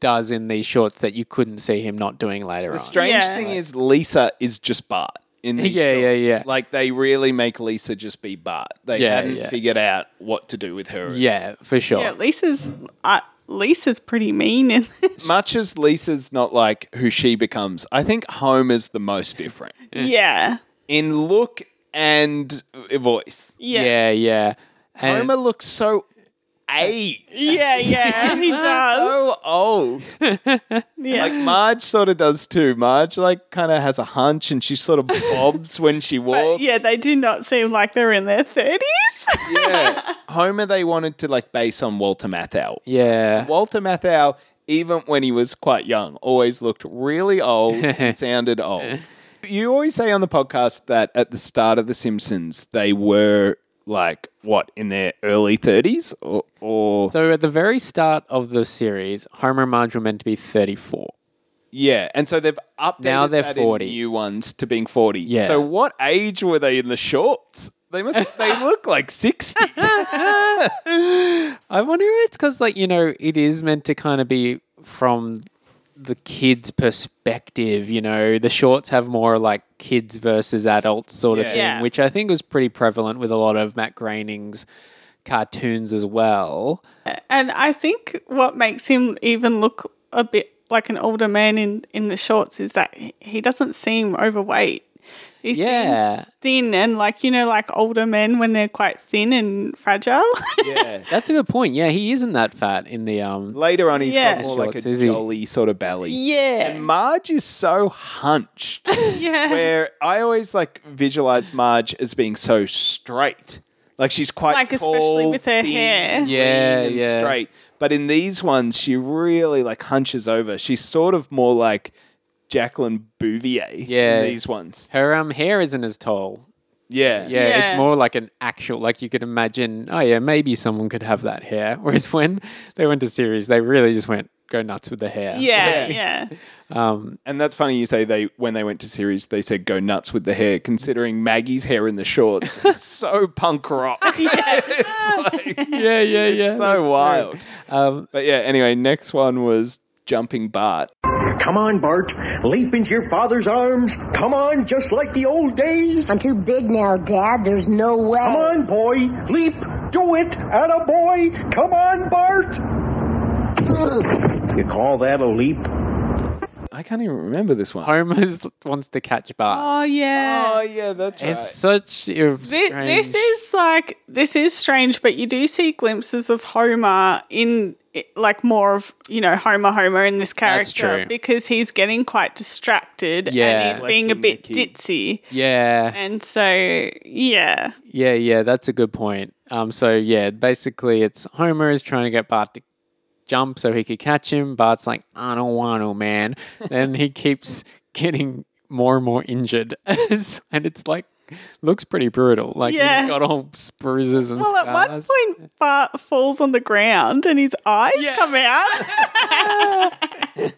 Speaker 1: does in these shorts that you couldn't see him not doing later on.
Speaker 3: The strange
Speaker 4: Yeah.
Speaker 3: thing is Lisa is just Bart. In these
Speaker 1: Yeah, yeah,
Speaker 3: shorts.
Speaker 1: yeah.
Speaker 3: Like they really make Lisa just be Bart. They
Speaker 1: Yeah,
Speaker 3: hadn't
Speaker 1: yeah.
Speaker 3: figured out what to do with her.
Speaker 1: yeah, for sure.
Speaker 4: Yeah, Lisa's uh, Lisa's pretty mean in this.
Speaker 3: Much as Lisa's not like who she becomes, I think Homer's the most different
Speaker 4: yeah.
Speaker 3: in look and voice.
Speaker 1: yeah,
Speaker 4: Yeah. Yeah.
Speaker 1: yeah. And
Speaker 3: Homer looks so aged.
Speaker 4: Yeah, he does.
Speaker 3: so old.
Speaker 4: Yeah.
Speaker 3: Oh. Like Marge sort of does too. Marge like kind of has a hunch and she sort of bobs when she
Speaker 4: But
Speaker 3: walks.
Speaker 4: yeah, they do not seem like they're in their 30s.
Speaker 3: Yeah. Homer they wanted to like base on Walter Matthau.
Speaker 1: yeah,
Speaker 3: Walter Matthau even when he was quite young always looked really old and sounded old. You always say on the podcast that at the start of the Simpsons they were like what in their early 30s or, or
Speaker 1: so at the very start of the series, Homer and Marge were meant to be 34.
Speaker 3: Yeah, and so they've updated
Speaker 1: Now they're
Speaker 3: that in
Speaker 1: 40.
Speaker 3: new ones to being forty.
Speaker 1: Yeah.
Speaker 3: So what age were they in the shorts? They must. they look like sixty.
Speaker 1: I wonder if it's because, like, you know, it is meant to kind of be from the kids' perspective. You know, the shorts have more like kids versus adults sort of
Speaker 3: Yeah.
Speaker 1: thing,
Speaker 4: Yeah.
Speaker 1: which I think was pretty prevalent with a lot of Matt Groening's cartoons as well.
Speaker 4: And I think what makes him even look a bit like an older man in, in the shorts is that he- he doesn't seem overweight. He
Speaker 1: Yeah.
Speaker 4: seems thin and like, you know, like older men when they're quite thin and fragile.
Speaker 3: yeah.
Speaker 1: That's a good point. Yeah, he isn't that fat in the um.
Speaker 3: Later on, he's
Speaker 4: Yeah.
Speaker 3: got more like a
Speaker 1: Shorts, is he?
Speaker 3: jolly sort of belly.
Speaker 4: yeah.
Speaker 3: And Marge is so hunched.
Speaker 4: Yeah.
Speaker 3: where I always like visualize Marge as being so straight. Like she's quite
Speaker 4: Like,
Speaker 3: tall,
Speaker 4: especially with her
Speaker 3: thin,
Speaker 4: hair.
Speaker 3: lean
Speaker 1: Yeah,
Speaker 3: and
Speaker 1: yeah.
Speaker 3: straight. But in these ones, she really like hunches over. She's sort of more like Jacqueline Bouvier.
Speaker 1: Yeah.
Speaker 3: in these ones.
Speaker 1: Her um hair isn't as tall.
Speaker 3: Yeah,
Speaker 1: Yeah,
Speaker 4: Yeah.
Speaker 1: it's more like an actual, like you could imagine, oh yeah, maybe someone could have that hair. Whereas when they went to series, they really just went go nuts with the hair.
Speaker 4: Yeah, yeah.
Speaker 3: And that's funny you say they when they went to series they said go nuts with the hair. Considering Maggie's hair in the shorts, is so punk rock. it's like
Speaker 1: yeah, yeah, yeah.
Speaker 3: so wild.
Speaker 1: Um,
Speaker 3: But yeah, anyway, next one was jumping Bart.
Speaker 7: Come on, Bart. Leap into your father's arms. Come on, just like the old days.
Speaker 6: I'm too big now, Dad. There's no way.
Speaker 7: Come on, boy. Leap. Do it. At a boy. Come on, Bart. You call that a leap?
Speaker 3: I can't even remember this one.
Speaker 1: Homer wants to catch Bart.
Speaker 4: Oh yeah.
Speaker 3: Oh yeah, that's
Speaker 1: it's
Speaker 3: right.
Speaker 1: such a
Speaker 4: Thi-
Speaker 1: strange.
Speaker 4: This is like this is strange, but you do see glimpses of Homer in like more of you know Homer Homer in this
Speaker 1: That's
Speaker 4: character
Speaker 1: true.
Speaker 4: because he's getting quite distracted
Speaker 1: Yeah.
Speaker 4: and he's being a bit
Speaker 3: Neglecting the
Speaker 4: ditzy,
Speaker 1: yeah.
Speaker 4: and so yeah,
Speaker 1: Yeah, yeah, that's a good point. Um, so yeah, basically, it's Homer is trying to get Bart to jump so he could catch him. Bart's like, I don't want to, man. and he keeps getting more and more injured, and it's like looks pretty brutal. Like
Speaker 4: Yeah.
Speaker 1: he's got all bruises and
Speaker 4: Well, at one
Speaker 1: scars.
Speaker 4: point, Bart falls on the ground and his eyes
Speaker 1: Yeah.
Speaker 4: come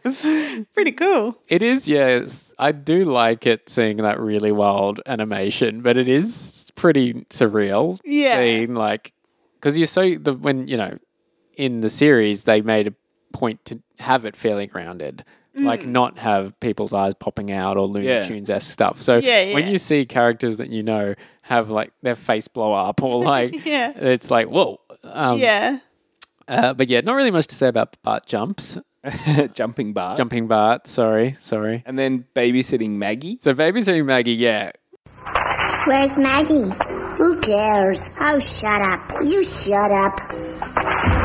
Speaker 4: out. Pretty cool.
Speaker 1: It is, yes. I do like it seeing that really wild animation, but it is pretty surreal.
Speaker 4: Yeah.
Speaker 1: Seeing like, because you're so, the, when, you know, in the series, they made a point to have it fairly grounded.
Speaker 4: Mm.
Speaker 1: Like, not have people's eyes popping out or Looney
Speaker 3: Yeah.
Speaker 1: Tunes esque stuff. So,
Speaker 4: Yeah,
Speaker 1: when
Speaker 4: yeah.
Speaker 1: you see characters that you know have like their face blow up or like,
Speaker 4: Yeah.
Speaker 1: it's like, whoa. Um,
Speaker 4: yeah.
Speaker 1: uh, but yeah, not really much to say about Bart jumps,
Speaker 3: Jumping bar.
Speaker 1: jumping Bart. Sorry, sorry.
Speaker 3: And then babysitting Maggie.
Speaker 1: So, babysitting Maggie, yeah,
Speaker 5: Where's Maggie? Who cares? Oh, shut up. You shut up.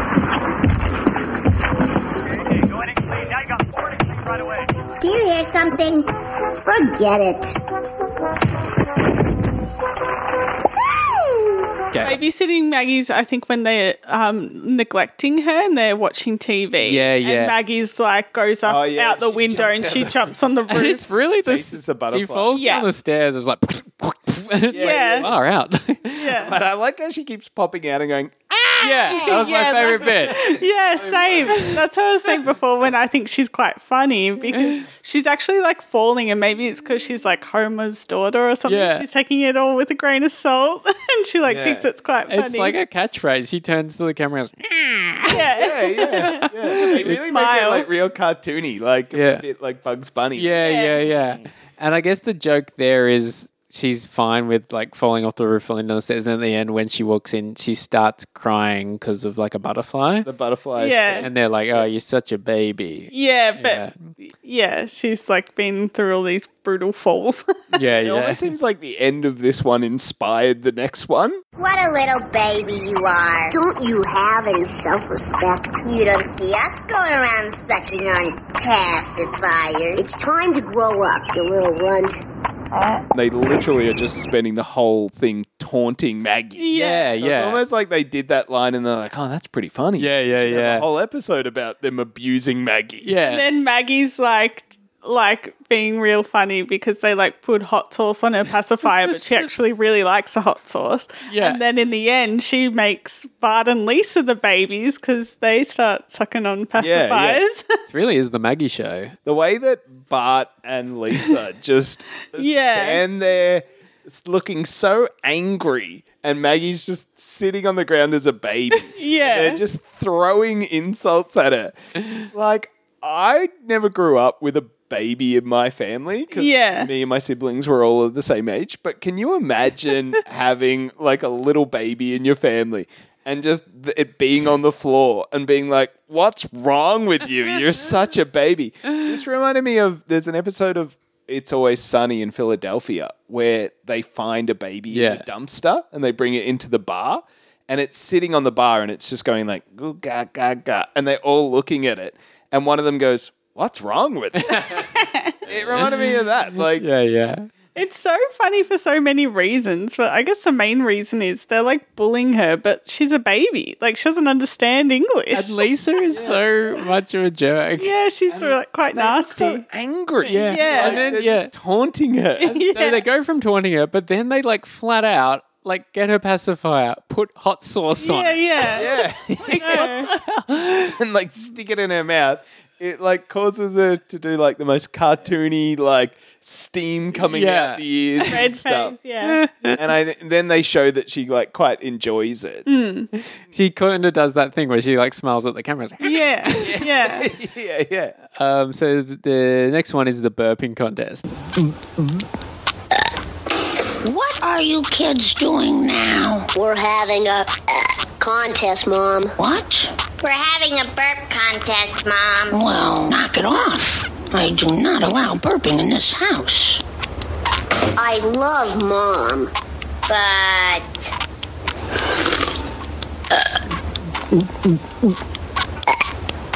Speaker 5: Do you hear something? Forget it.
Speaker 1: Okay.
Speaker 4: Babysitting Maggie's, I think, when they're um, neglecting her and they're watching TV.
Speaker 1: Yeah, yeah.
Speaker 4: And Maggie's like goes up
Speaker 3: Oh, yeah,
Speaker 4: out the
Speaker 3: she
Speaker 4: window
Speaker 3: jumps
Speaker 4: and
Speaker 3: out
Speaker 4: she
Speaker 3: the-
Speaker 4: jumps on the
Speaker 1: And
Speaker 4: roof.
Speaker 1: it's really this.
Speaker 3: Chases the
Speaker 1: She
Speaker 3: butterfly.
Speaker 1: falls
Speaker 4: Yeah.
Speaker 1: down the stairs. It's like, and it's
Speaker 4: Yeah.
Speaker 1: like far out. yeah,
Speaker 4: yeah.
Speaker 3: But I like how she keeps popping out and going,
Speaker 1: that was
Speaker 4: Yeah,
Speaker 1: my favorite bit.
Speaker 4: Yeah, same. That's what I was saying before when I think she's quite funny because she's actually like falling, and maybe it's because she's like Homer's daughter or something.
Speaker 1: Yeah.
Speaker 4: She's taking it all with a grain of salt, and she like
Speaker 3: Yeah.
Speaker 4: thinks it's quite funny.
Speaker 1: It's like a catchphrase. She turns to the camera. and goes,
Speaker 4: yeah.
Speaker 3: "Hey, yeah, yeah." They really make it
Speaker 4: smile.
Speaker 3: like real cartoony, like
Speaker 1: Yeah.
Speaker 3: a bit like Bugs Bunny.
Speaker 1: Yeah, yeah, yeah.
Speaker 3: Mm.
Speaker 1: And I guess the joke there is she's fine with like falling off the roof, falling down the stairs, and at the end when she walks in, she starts crying because of like a butterfly.
Speaker 3: The butterfly.
Speaker 4: Yeah.
Speaker 1: And they're like, "Oh, you're such a baby."
Speaker 4: Yeah, but yeah. she's like been through all these brutal falls.
Speaker 1: Yeah,
Speaker 3: It
Speaker 1: yeah.
Speaker 3: almost seems like the end of this one inspired the next one.
Speaker 6: What a little baby you are. Don't you have any self respect? You don't see us going around sucking on pacifiers. It's time to grow up, you little runt.
Speaker 3: They literally are just spending the whole thing taunting Maggie.
Speaker 1: Yeah,
Speaker 3: So It's
Speaker 1: yeah.
Speaker 3: almost like they did that line and they're like, oh, that's pretty funny.
Speaker 1: Yeah, yeah,
Speaker 3: We should have
Speaker 1: yeah.
Speaker 3: A whole episode about them abusing Maggie.
Speaker 4: and
Speaker 1: Yeah.
Speaker 4: then Maggie's like like being real funny because they like put hot sauce on her pacifier, but she actually really likes the hot sauce.
Speaker 1: Yeah.
Speaker 4: And then in the end, she makes Bart and Lisa the babies because they start sucking on pacifiers.
Speaker 3: yeah.
Speaker 1: It really is the Maggie show.
Speaker 3: The way that Bart and Lisa just
Speaker 4: Yeah.
Speaker 3: stand there s- looking so angry, and Maggie's just sitting on the ground as a baby.
Speaker 4: Yeah.
Speaker 3: They're just throwing insults at her. Like, I never grew up with a baby in my family because
Speaker 4: Yeah.
Speaker 3: me and my siblings were all of the same age. But can you imagine having like a little baby in your family? And just th- it being on the floor and being like, "What's wrong with you? You're such a baby." This reminded me of there's an episode of It's Always Sunny in Philadelphia where they find a baby in
Speaker 1: Yeah.
Speaker 3: a dumpster and they bring it into the bar and it's sitting on the bar and it's just going like "Goo, ga ga ga and they're all looking at it and one of them goes what's wrong with it it reminded me of that like
Speaker 1: Yeah, yeah.
Speaker 4: It's so funny for so many reasons, but I guess the main reason is they're like bullying her, but she's a baby. Like she doesn't understand English.
Speaker 1: And Lisa is so much of a jerk.
Speaker 4: yeah, she's sort of like quite nasty.
Speaker 3: so angry
Speaker 1: Yeah.
Speaker 4: Yeah.
Speaker 3: Like,
Speaker 1: And then
Speaker 3: they're
Speaker 1: yeah.
Speaker 3: just taunting her
Speaker 1: So they go from taunting her, but then they like flat out like get her pacifier, put hot sauce on
Speaker 4: yeah,
Speaker 1: it.
Speaker 4: yeah.
Speaker 3: yeah
Speaker 4: I know.
Speaker 3: and like stick it in her mouth it like causes her to do like the most cartoony like steam coming
Speaker 1: Yeah.
Speaker 3: out the ears
Speaker 4: Red
Speaker 3: and stuff.
Speaker 4: face, yeah.
Speaker 3: And I then they show that she like quite enjoys it.
Speaker 4: Mm.
Speaker 1: She kind of does that thing where she like smiles at the camera.
Speaker 4: yeah, yeah.
Speaker 3: Yeah, yeah.
Speaker 1: Um, so th- the next one is the burping contest.
Speaker 5: What are you kids doing now?
Speaker 6: We're having a uh, contest, Mom.
Speaker 5: What?
Speaker 6: We're having a burp contest, Mom.
Speaker 5: Well, knock it off. I do not allow burping in this house.
Speaker 6: I love Mom, but. uh,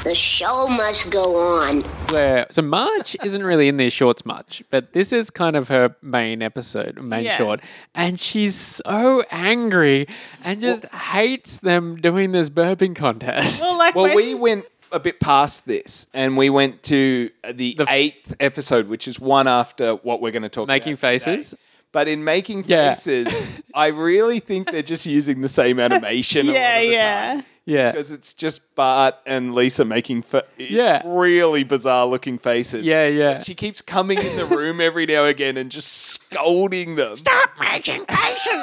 Speaker 6: The show must go on.
Speaker 1: Where so March isn't really in these shorts much, but this is kind of her main episode, main
Speaker 4: Yeah.
Speaker 1: short, and she's so angry and just hates them doing this burping contest.
Speaker 4: Well, like
Speaker 3: Well,
Speaker 4: when-
Speaker 3: we went a bit past this and we went to uh, the, eighth episode, which is one after what we're going to talk
Speaker 1: Making
Speaker 3: about. today.
Speaker 1: faces.
Speaker 3: But in making
Speaker 1: Yeah.
Speaker 3: faces, I really think they're just using the same animation. a lot
Speaker 4: yeah,
Speaker 3: of the
Speaker 4: yeah.
Speaker 1: Yeah.
Speaker 3: because it's just Bart and Lisa making fa-
Speaker 1: Yeah.
Speaker 3: really bizarre looking faces.
Speaker 1: Yeah, yeah.
Speaker 3: She keeps coming in the room every now and again and just scolding them.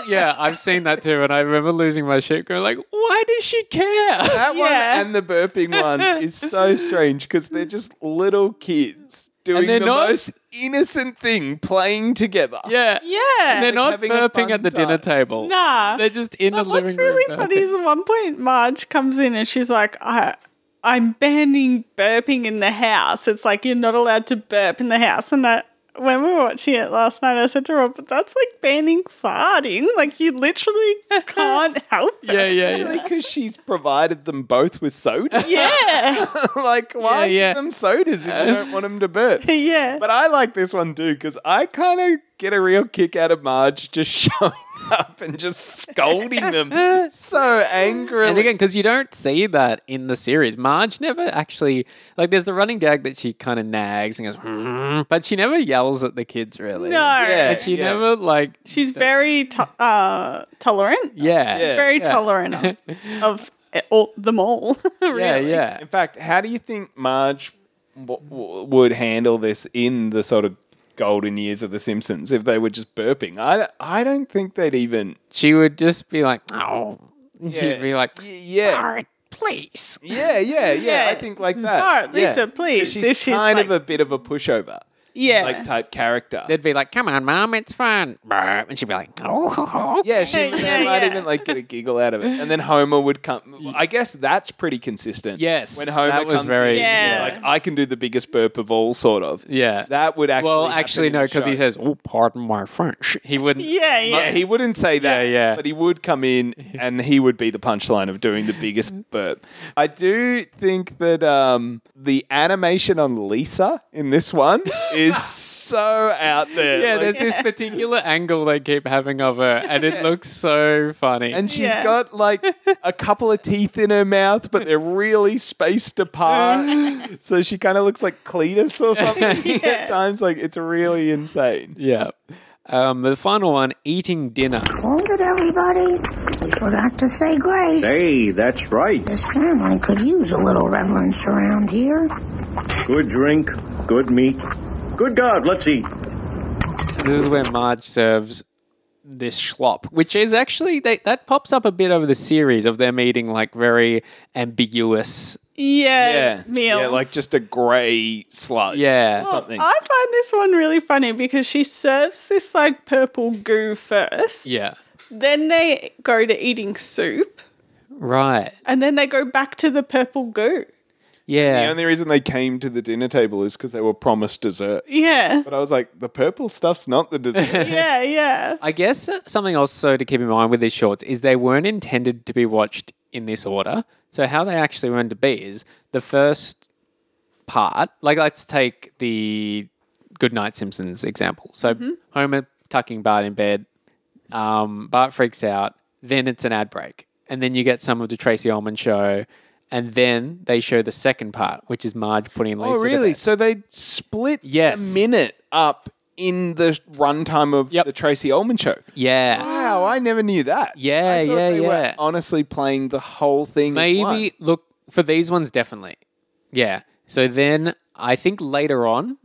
Speaker 1: yeah, I've seen that too, and I remember losing my shit going like, why does she care?
Speaker 3: That one
Speaker 4: Yeah.
Speaker 3: and the burping one is so strange because they're just little kids doing
Speaker 1: they're
Speaker 3: the
Speaker 1: not-
Speaker 3: most innocent thing playing together.
Speaker 1: Yeah.
Speaker 4: Yeah.
Speaker 1: And they're not
Speaker 3: having a
Speaker 1: burping
Speaker 3: fun
Speaker 1: at the dinner
Speaker 3: time.
Speaker 1: table.
Speaker 4: Nah.
Speaker 1: They're just in the
Speaker 4: But what's
Speaker 1: living room.
Speaker 4: really funny
Speaker 1: burping.
Speaker 4: is at one point Marge comes in and she's like, I, I'm banning burping in the house. It's like you're not allowed to burp in the house. And I, when we were watching it last night, I said to Rob, but that's like banning farting. Like you literally can't help it.
Speaker 1: yeah, yeah, yeah.
Speaker 3: Especially because she's provided them both with soda.
Speaker 4: Yeah.
Speaker 3: like,
Speaker 1: Yeah,
Speaker 3: why
Speaker 1: yeah.
Speaker 3: give them sodas if you don't want them to burp?
Speaker 4: yeah.
Speaker 3: But I like this one too because I kind of get a real kick out of Marge just showing up and just scolding them so angrily.
Speaker 1: And again, because you don't see that in the series, Marge never actually like. There's the running gag that she kind of nags and goes, "Hmm," but she never yells at the kids really.
Speaker 4: no.
Speaker 3: yeah,
Speaker 1: and she
Speaker 3: yeah.
Speaker 1: never like,
Speaker 4: She's very to- uh, tolerant.
Speaker 1: yeah,
Speaker 3: Yeah.
Speaker 4: Very
Speaker 1: yeah.
Speaker 4: tolerant of, of all, them all. really.
Speaker 1: yeah, yeah.
Speaker 3: In fact, how do you think Marge w- w- would handle this in the sort of golden years of The Simpsons if they were just burping? I, I don't think they'd even.
Speaker 1: She would just be like, oh,
Speaker 3: Yeah.
Speaker 1: she'd be like,
Speaker 3: Y- yeah.
Speaker 1: "Alright, please.
Speaker 3: Yeah, yeah, yeah,
Speaker 4: Yeah.
Speaker 3: I think like that.
Speaker 4: Alright,
Speaker 3: Yeah.
Speaker 4: Lisa,
Speaker 3: 'Cause
Speaker 4: please,
Speaker 3: She's
Speaker 4: if she's
Speaker 3: kind of a
Speaker 4: like-
Speaker 3: bit of a pushover,
Speaker 4: Yeah.
Speaker 3: like type character.
Speaker 1: They'd be like, come on, mom, it's fun, and she'd be like, oh,
Speaker 3: Yeah, she
Speaker 4: Yeah,
Speaker 3: they might
Speaker 4: yeah.
Speaker 3: even like get a giggle out of it. And then Homer would come. I guess that's pretty consistent.
Speaker 1: Yes,
Speaker 3: when Homer
Speaker 1: that was
Speaker 3: comes
Speaker 1: very-
Speaker 3: in, he's
Speaker 4: Yeah.
Speaker 3: like I can do the biggest burp of all, sort of.
Speaker 1: yeah.
Speaker 3: that would actually.
Speaker 1: well,
Speaker 3: happen
Speaker 1: actually,
Speaker 3: in the
Speaker 1: no, because he
Speaker 3: show.
Speaker 1: says, oh, pardon my French. He wouldn't.
Speaker 4: yeah, yeah.
Speaker 3: Yeah, he wouldn't say that.
Speaker 1: Yeah, yeah.
Speaker 3: But he would come in, and he would be the punchline of doing the biggest burp. I do think that um, the animation on Lisa in this one is so out there.
Speaker 1: Yeah,
Speaker 3: Like,
Speaker 1: there's this particular angle they keep having of her, and it looks so funny.
Speaker 3: And she's
Speaker 4: Yeah.
Speaker 3: got like a couple of teeth in her mouth, but they're really spaced apart. so she kind of looks like Cletus or something at times. Like it's really insane.
Speaker 1: yeah. Um, the final one, eating dinner.
Speaker 5: Hold it, everybody. We forgot to say grace.
Speaker 7: Hey, that's right.
Speaker 5: This family could use a little reverence around here.
Speaker 7: Good drink, good meat. Good God, let's eat.
Speaker 1: This is where Marge serves this schlop, which is actually they, that pops up a bit over the series of them eating like very ambiguous.
Speaker 4: yeah, meals.
Speaker 3: Yeah, like just a grey sludge.
Speaker 1: Yeah.
Speaker 3: Something.
Speaker 4: I find this one really funny because she serves this like purple goo first.
Speaker 1: Yeah.
Speaker 4: Then they go to eating soup,
Speaker 1: Right.
Speaker 4: and then they go back to the purple goo.
Speaker 1: Yeah.
Speaker 3: The only reason they came to the dinner table is because they were promised dessert.
Speaker 4: Yeah.
Speaker 3: But I was like, the purple stuff's not the dessert.
Speaker 4: Yeah, yeah.
Speaker 1: I guess something also to keep in mind with these shorts is they weren't intended to be watched in this order. So how they actually went to be is the first part, like let's take the Goodnight Simpsons example. So
Speaker 3: Mm-hmm.
Speaker 1: Homer tucking Bart in bed, um, Bart freaks out, then it's an ad break. And then you get some of the Tracy Ullman show, and then they show the second part, which is Marge putting Lisa.
Speaker 3: oh,
Speaker 1: to
Speaker 3: really?
Speaker 1: bed.
Speaker 3: So they split
Speaker 1: Yes.
Speaker 3: a minute up in the runtime of
Speaker 1: Yep.
Speaker 3: the Tracy Ullman show.
Speaker 1: Yeah.
Speaker 3: Wow, I never knew that.
Speaker 1: Yeah,
Speaker 3: I thought
Speaker 1: yeah,
Speaker 3: they
Speaker 1: yeah.
Speaker 3: Were honestly, playing the whole thing. as one.
Speaker 1: Maybe look for these ones definitely. Yeah. So then I think later on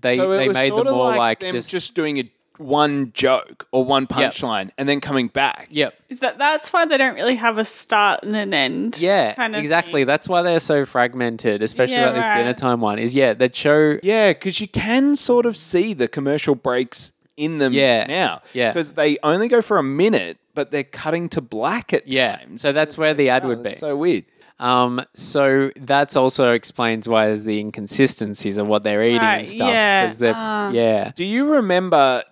Speaker 1: they
Speaker 3: So it
Speaker 1: they
Speaker 3: was
Speaker 1: made them
Speaker 3: sorta
Speaker 1: more like,
Speaker 3: them
Speaker 1: just,
Speaker 3: just, doing a one joke or one punchline and then coming back.
Speaker 1: yep.
Speaker 4: Is that that's why they don't really have a start and an end?
Speaker 1: Yeah,
Speaker 4: kind of
Speaker 1: exactly.
Speaker 4: thing?
Speaker 1: That's why they're so fragmented, especially
Speaker 4: Yeah,
Speaker 1: like this
Speaker 4: right.
Speaker 1: dinner time one. Is yeah, that show
Speaker 3: Yeah, because you can sort of see the commercial breaks in them
Speaker 1: Yeah.
Speaker 3: now.
Speaker 1: Yeah.
Speaker 3: Because they only go for a minute, but they're cutting to black at
Speaker 1: yeah.
Speaker 3: times.
Speaker 1: So that's where the ad
Speaker 3: Oh,
Speaker 1: would be.
Speaker 3: that's so weird.
Speaker 1: Um, so that's also explains why there's the inconsistencies of what they're eating
Speaker 4: Right,
Speaker 1: and stuff.
Speaker 4: yeah,
Speaker 1: 'cause they're-
Speaker 3: uh.
Speaker 1: yeah.
Speaker 3: Do you remember,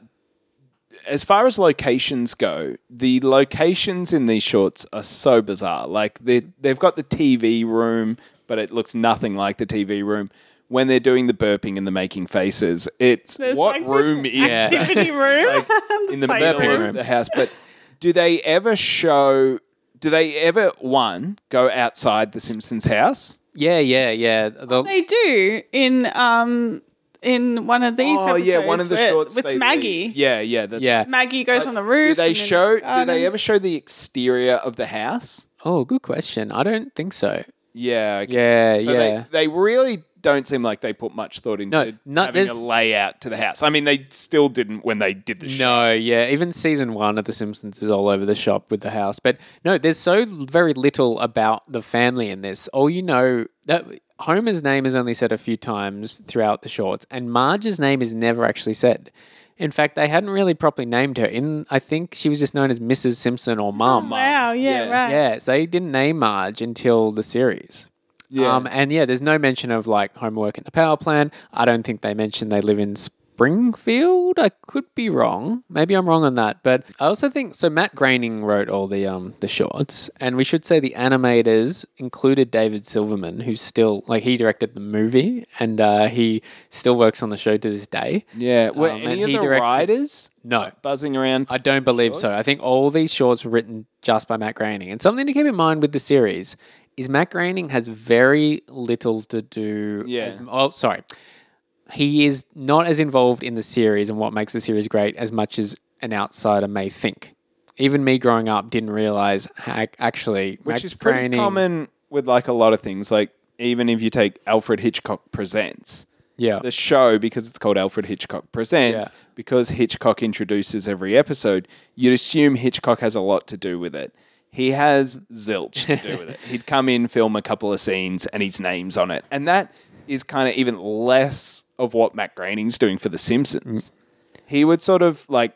Speaker 3: as far as locations go, the locations in these shorts are so bizarre. Like they they've got the TV room, but it looks nothing like the TV room. When they're doing the burping and the making faces, it's
Speaker 4: There's
Speaker 3: what
Speaker 4: like this
Speaker 3: room is
Speaker 4: activity room?
Speaker 3: in the
Speaker 4: playroom.
Speaker 3: middle
Speaker 1: Burping room.
Speaker 3: of the house. But do they ever show? Do they ever one go outside the Simpsons house?
Speaker 1: Yeah, yeah, yeah. The-
Speaker 4: They do in um in one of these.
Speaker 3: oh yeah, one of
Speaker 4: episodes
Speaker 3: the
Speaker 4: with,
Speaker 3: shorts
Speaker 4: with
Speaker 3: they
Speaker 4: Maggie.
Speaker 3: leave. Yeah, yeah, that's
Speaker 1: yeah.
Speaker 4: Maggie goes on the roof.
Speaker 3: Do they
Speaker 4: and then-
Speaker 3: show? Do
Speaker 4: um,
Speaker 3: they ever show the exterior of the house?
Speaker 1: Oh, good question. I don't think so.
Speaker 3: Yeah. okay.
Speaker 1: Yeah,
Speaker 3: So
Speaker 1: yeah.
Speaker 3: They, they really don't seem like they put much thought into
Speaker 1: No, not-
Speaker 3: having a
Speaker 1: there's-
Speaker 3: layout to the house. I mean, they still didn't when they did the show.
Speaker 1: No, yeah. Even season one of The Simpsons is all over the shop with the house. But no, there's so very little about the family in this. All you know that Homer's name is only said a few times throughout the shorts, and Marge's name is never actually said. In fact, they hadn't really properly named her. In I think she was just known as Mrs. Simpson or Mum.
Speaker 4: Wow. Yeah.
Speaker 3: Yeah.
Speaker 4: Right.
Speaker 1: Yeah, so they didn't name Marge until the series.
Speaker 3: Yeah.
Speaker 1: Um, and yeah, there's no mention of like homework in the power plant. I don't think they mention they live in Springfield. I could be wrong. Maybe I'm wrong on that. But I also think so. Matt Groening wrote all the um the shorts, and we should say the animators included David Silverman, who's still like he directed the movie, and uh, he still works on the show to this day.
Speaker 3: Yeah. Were
Speaker 1: Um, and
Speaker 3: any of
Speaker 1: he
Speaker 3: the
Speaker 1: directed-
Speaker 3: writers
Speaker 1: No,
Speaker 3: buzzing around?
Speaker 1: I don't believe so. I think all these shorts were written just by Matt Groening. And something to keep in mind with the series is Matt Groening has very little to do.
Speaker 3: Yeah.
Speaker 1: as- oh, sorry. He is not as involved in the series and what makes the series great as much as an outsider may think. Even me growing up didn't realize ha- actually,
Speaker 3: which
Speaker 1: Matt
Speaker 3: is pretty
Speaker 1: Groening-
Speaker 3: common with like a lot of things. Like even if you take Alfred Hitchcock Presents.
Speaker 1: Yeah.
Speaker 3: the show because it's called Alfred Hitchcock Presents,
Speaker 1: Yeah.
Speaker 3: because Hitchcock introduces every episode, you'd assume Hitchcock has a lot to do with it. He has zilch to do with it. He'd come in, film a couple of scenes, and his name's on it. And that is kind of even less of what Matt Groening's doing for The Simpsons.
Speaker 1: Mm.
Speaker 3: He would sort of like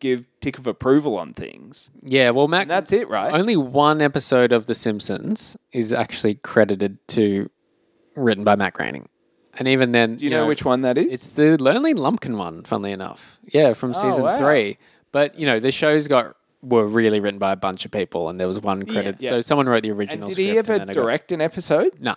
Speaker 3: give tick of approval on things.
Speaker 1: Yeah, well, Matt.
Speaker 3: And that's it, right?
Speaker 1: Only one episode of The Simpsons is actually credited to written by Matt Groening. And even then,
Speaker 3: do you, know, which one that is?
Speaker 1: It's the Lonely Lumpkin one, funnily enough. Yeah, from season
Speaker 3: Oh, wow.
Speaker 1: three. But you know, the shows got were really written by a bunch of people, and there was one credit.
Speaker 3: Yeah.
Speaker 1: So someone wrote the
Speaker 3: and
Speaker 1: original.
Speaker 3: did
Speaker 1: script
Speaker 3: he ever
Speaker 1: and then it got-
Speaker 3: direct an episode?
Speaker 1: No,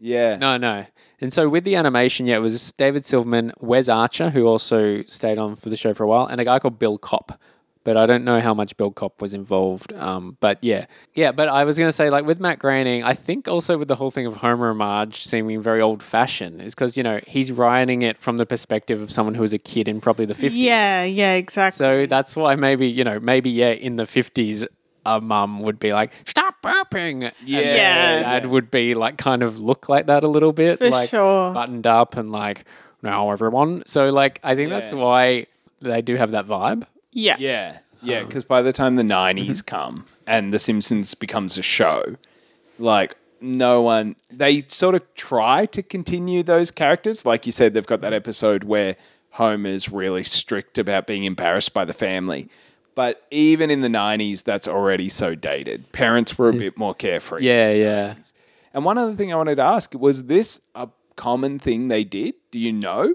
Speaker 3: Yeah.
Speaker 1: no, no. And so with the animation, yeah, it was David Silverman, Wes Archer, who also stayed on for the show for a while, and a guy called Bill Copp. But I don't know how much Bill Copp was involved. Um, but yeah, yeah. But I was gonna say, like with Matt Groening, I think also with the whole thing of Homer and Marge seeming very old-fashioned, is because you know he's writing it from the perspective of someone who was a kid in probably the fifties.
Speaker 4: Yeah. Yeah. Exactly.
Speaker 1: So that's why maybe you know maybe yeah in the fifties a mum would be like stop burping. Yeah,
Speaker 4: Yeah.
Speaker 1: dad would be like kind of look like that a little bit,
Speaker 4: For
Speaker 1: like
Speaker 4: sure.
Speaker 1: buttoned up and like now everyone. So like I think that's why they do have that vibe.
Speaker 4: yeah.
Speaker 3: Yeah, yeah. Because by the time the '90s come and The Simpsons becomes a show, like no one, they sort of try to continue those characters. Like you said, they've got that episode where Homer's really strict about being embarrassed by the family. But even in the '90s, that's already so dated. Parents were a bit more carefree.
Speaker 1: Yeah, yeah.
Speaker 3: And one other thing I wanted to ask was this a common thing they did? Do you know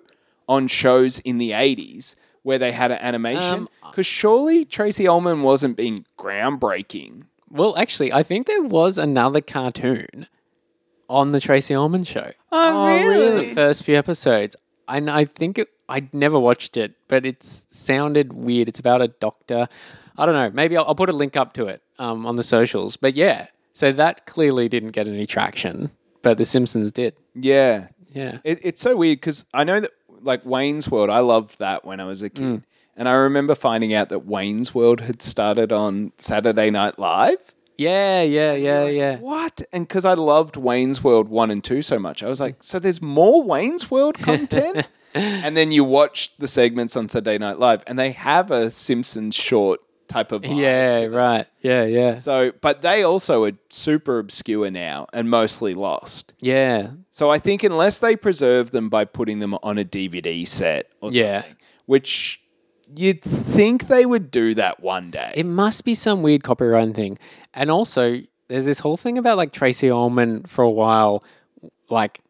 Speaker 3: on shows in the 80s where they had an animation? Because surely Tracy Ullman wasn't being groundbreaking.
Speaker 1: Well, actually, I think there was another cartoon on the Tracy Ullman show.
Speaker 4: Oh, really?
Speaker 1: the first few episodes. And I think it, I never watched it, but it sounded weird. It's about a doctor. I don't know. Maybe I'll, I'll put a link up to it um, on the socials. But yeah, so that clearly didn't get any traction, but The Simpsons did.
Speaker 3: Yeah.
Speaker 1: Yeah.
Speaker 3: It, it's so weird because I know that, like, Wayne's World, I loved that when I was a kid. And I remember finding out that Wayne's World had started on Saturday Night Live.
Speaker 1: Yeah, yeah, yeah, yeah.
Speaker 3: What? And because I loved Wayne's World 1 and 2 so much, I was like, so there's more Wayne's World content? and then you watch the segments on Saturday Night Live, and they have a Simpsons short type of vibe.
Speaker 1: Yeah, right. Yeah, yeah.
Speaker 3: So, but they also are super obscure now and mostly lost.
Speaker 1: Yeah.
Speaker 3: So I think unless they preserve them by putting them on a DVD set or something,
Speaker 1: Yeah.
Speaker 3: which you'd think they would do that one day.
Speaker 1: It must be some weird copyright thing. And also, there's this whole thing about like Tracy Ullman for a while, like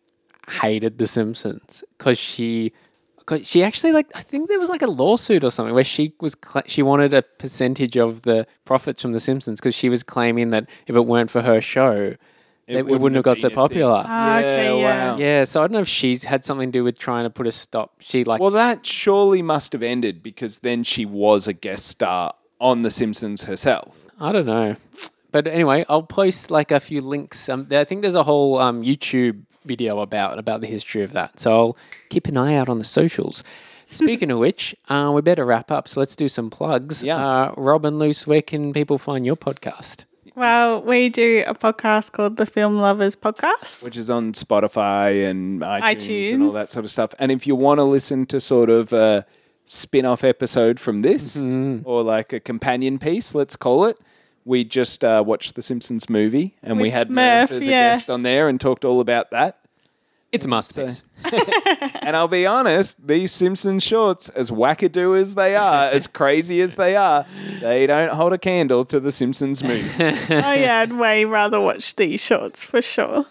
Speaker 1: hated The Simpsons because she, cause she actually like I think there was like a lawsuit or something where she was cla she wanted a percentage of the profits from The Simpsons because she was claiming that if it weren't for her show, it, it wouldn't,
Speaker 3: wouldn't
Speaker 1: have got
Speaker 3: have
Speaker 1: so
Speaker 3: been a thing.
Speaker 1: popular.
Speaker 4: Ah,
Speaker 1: uh,
Speaker 4: okay, yeah.
Speaker 1: yeah, so I don't know if she's had something to do with trying to put a stop. She like
Speaker 3: Well, that surely must have ended because then she was a guest star on The Simpsons herself.
Speaker 1: I don't know. But anyway, I'll post like a few links. Um, there- I think there's a whole um, YouTube video about about the history of that. So I'll keep an eye out on the socials. Speaking of which, uh, we better wrap up. So let's do some plugs.
Speaker 3: Yeah.
Speaker 1: Uh, Rob and Luce, where can people find your podcast?
Speaker 4: Well, we do a podcast called the Film Lovers Podcast.
Speaker 3: which is on Spotify and iTunes, and all
Speaker 4: iTunes.
Speaker 3: that sort of stuff. And if you want to listen to sort of a spin off episode from this
Speaker 4: Mm-hmm.
Speaker 3: or like a companion piece, let's call it, we just uh, watched the Simpsons movie and we
Speaker 4: With
Speaker 3: had Murph,
Speaker 4: Murph,
Speaker 3: as
Speaker 4: yeah.
Speaker 3: a guest on there and talked all about that.
Speaker 1: It's a masterpiece.
Speaker 3: And I'll be honest, these Simpsons shorts, as wackadoo as they are, as crazy as they are, they don't hold a candle to the Simpsons movie.
Speaker 4: oh yeah, I'd way rather watch these shorts for sure.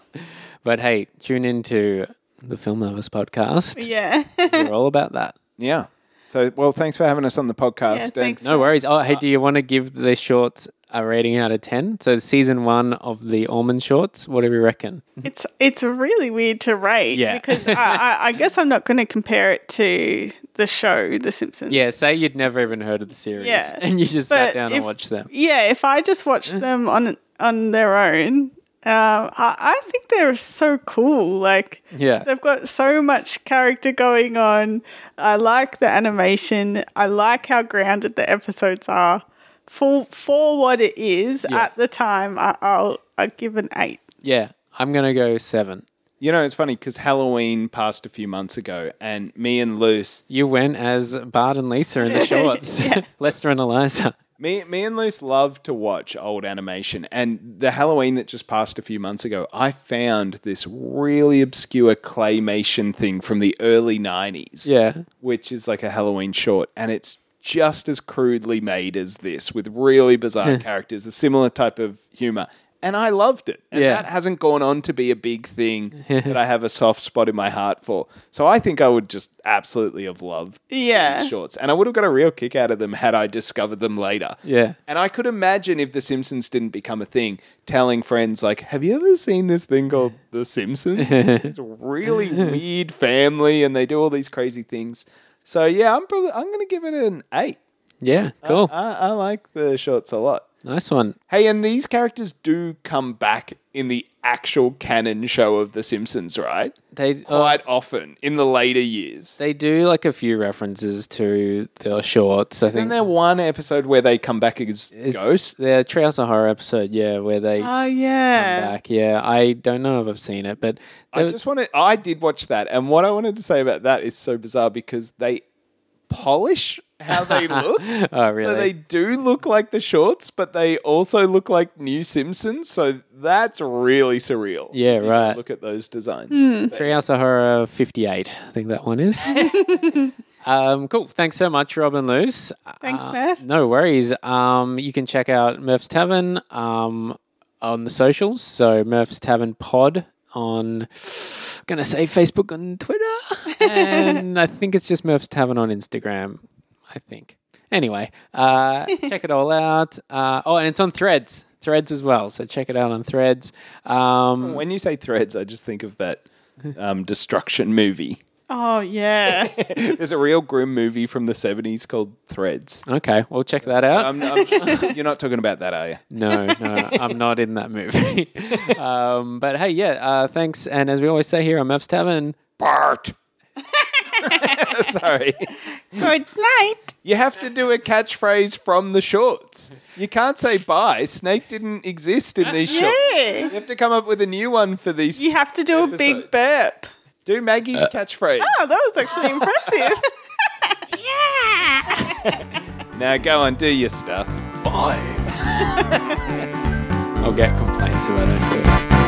Speaker 1: But hey, tune into the Film Lovers podcast.
Speaker 4: Yeah.
Speaker 1: We're all about that.
Speaker 3: yeah. So, well, thanks for having us on the podcast.
Speaker 4: yeah
Speaker 3: and-
Speaker 4: thanks.
Speaker 1: No worries. Oh, hey, do you want to give the shorts a rating out of 10? So season one of the Almond Shorts, what do we reckon?
Speaker 4: It's it's really weird to rate.
Speaker 1: Yeah.
Speaker 4: Because I, I, I guess I'm not going to compare it to the show, The Simpsons.
Speaker 1: Yeah, say you'd never even heard of the series.
Speaker 4: Yeah.
Speaker 1: And you just
Speaker 4: But
Speaker 1: sat down
Speaker 4: if-
Speaker 1: and watched them.
Speaker 4: Yeah, if I just watch
Speaker 1: Mm.
Speaker 4: them on on their own, uh, I, I think they're so cool. Like,
Speaker 1: Yeah.
Speaker 4: they've got so much character going on. I like the animation. I like how grounded the episodes are. For for what it is at the time, I, I'll I give an eight.
Speaker 1: Yeah. I'm going to go seven.
Speaker 3: You know, it's funny because Halloween passed a few months ago, and me and Luce,
Speaker 1: You went as Bart and Lisa in the shorts, Lester and Eliza.
Speaker 3: me, me and Luce love to watch old animation. And the Halloween that just passed a few months ago, I found this really obscure claymation thing from the early '90s,
Speaker 1: Yeah.
Speaker 3: which is like a Halloween short, and it's just as crudely made as this, with really bizarre characters, a similar type of humor. And I loved it. And
Speaker 1: Yeah.
Speaker 3: that hasn't gone on to be a big thing that I have a soft spot in my heart for. So I think I would just absolutely have loved
Speaker 4: Yeah.
Speaker 3: these shorts. And I would have got a real kick out of them had I discovered them later.
Speaker 1: Yeah.
Speaker 3: And I could imagine if The Simpsons didn't become a thing, telling friends, like, have you ever seen this thing called The Simpsons? it's a really weird family and they do all these crazy things. So yeah, I'm probably I'm gonna give it an eight.
Speaker 1: Yeah. Cool.
Speaker 3: I, I like the shorts a lot.
Speaker 1: nice one.
Speaker 3: Hey, and these characters do come back in the actual canon show of The Simpsons, right?
Speaker 1: They uh,
Speaker 3: Quite often in the later years.
Speaker 1: they do like a few references to the shorts. I
Speaker 3: Isn't
Speaker 1: think
Speaker 3: there one episode where they come back as ghosts?
Speaker 1: the Treehouse of Horror episode. Yeah, where they
Speaker 4: Oh yeah.
Speaker 1: back. Yeah, I don't know if I've seen it, but
Speaker 3: I just wanted. I did watch that, and what I wanted to say about that is so bizarre because they polish how they look.
Speaker 1: oh
Speaker 3: So
Speaker 1: really?
Speaker 3: they do look like the shorts, but they also look like New Simpsons. So that's really surreal.
Speaker 1: Yeah,
Speaker 3: You can
Speaker 1: right.
Speaker 3: Look at those designs.
Speaker 1: Treehouse of Horror 58, I think that one is. um, cool. Thanks so much, Rob and Luce.
Speaker 4: Thanks,
Speaker 1: Uh,
Speaker 4: Murph.
Speaker 1: No worries. Um, you can check out Murph's Tavern um, on the socials. So Murph's Tavern Pod on, gonna say Facebook and Twitter, and I think it's just Murph's Tavern on Instagram. I think. Anyway, uh, check it all out. Uh, oh, and it's on Threads, Threads as well. So check it out on Threads. Um,
Speaker 3: When you say threads, I just think of that um, destruction movie.
Speaker 4: Oh yeah.
Speaker 3: There's a real grim movie from the '70s called Threads.
Speaker 1: okay, we'll check that out.
Speaker 3: I'm, I'm sure- you're not talking about that, are you?
Speaker 1: No, no, I'm not in that movie. um, but hey, yeah, uh, thanks. And as we always say here on Murph's Tavern,
Speaker 2: Bart.
Speaker 3: Sorry.
Speaker 4: Good night.
Speaker 3: You have to do a catchphrase from the shorts. You can't say bye. Snake didn't exist in these shorts.
Speaker 4: Yeah.
Speaker 3: You have to come up with a new one for these.
Speaker 4: You have to do a big
Speaker 3: Episode.
Speaker 4: burp.
Speaker 3: do Maggie's catchphrase.
Speaker 4: Oh, that was actually impressive.
Speaker 3: Now go on, do your stuff.
Speaker 1: Bye. I'll get complaints about it.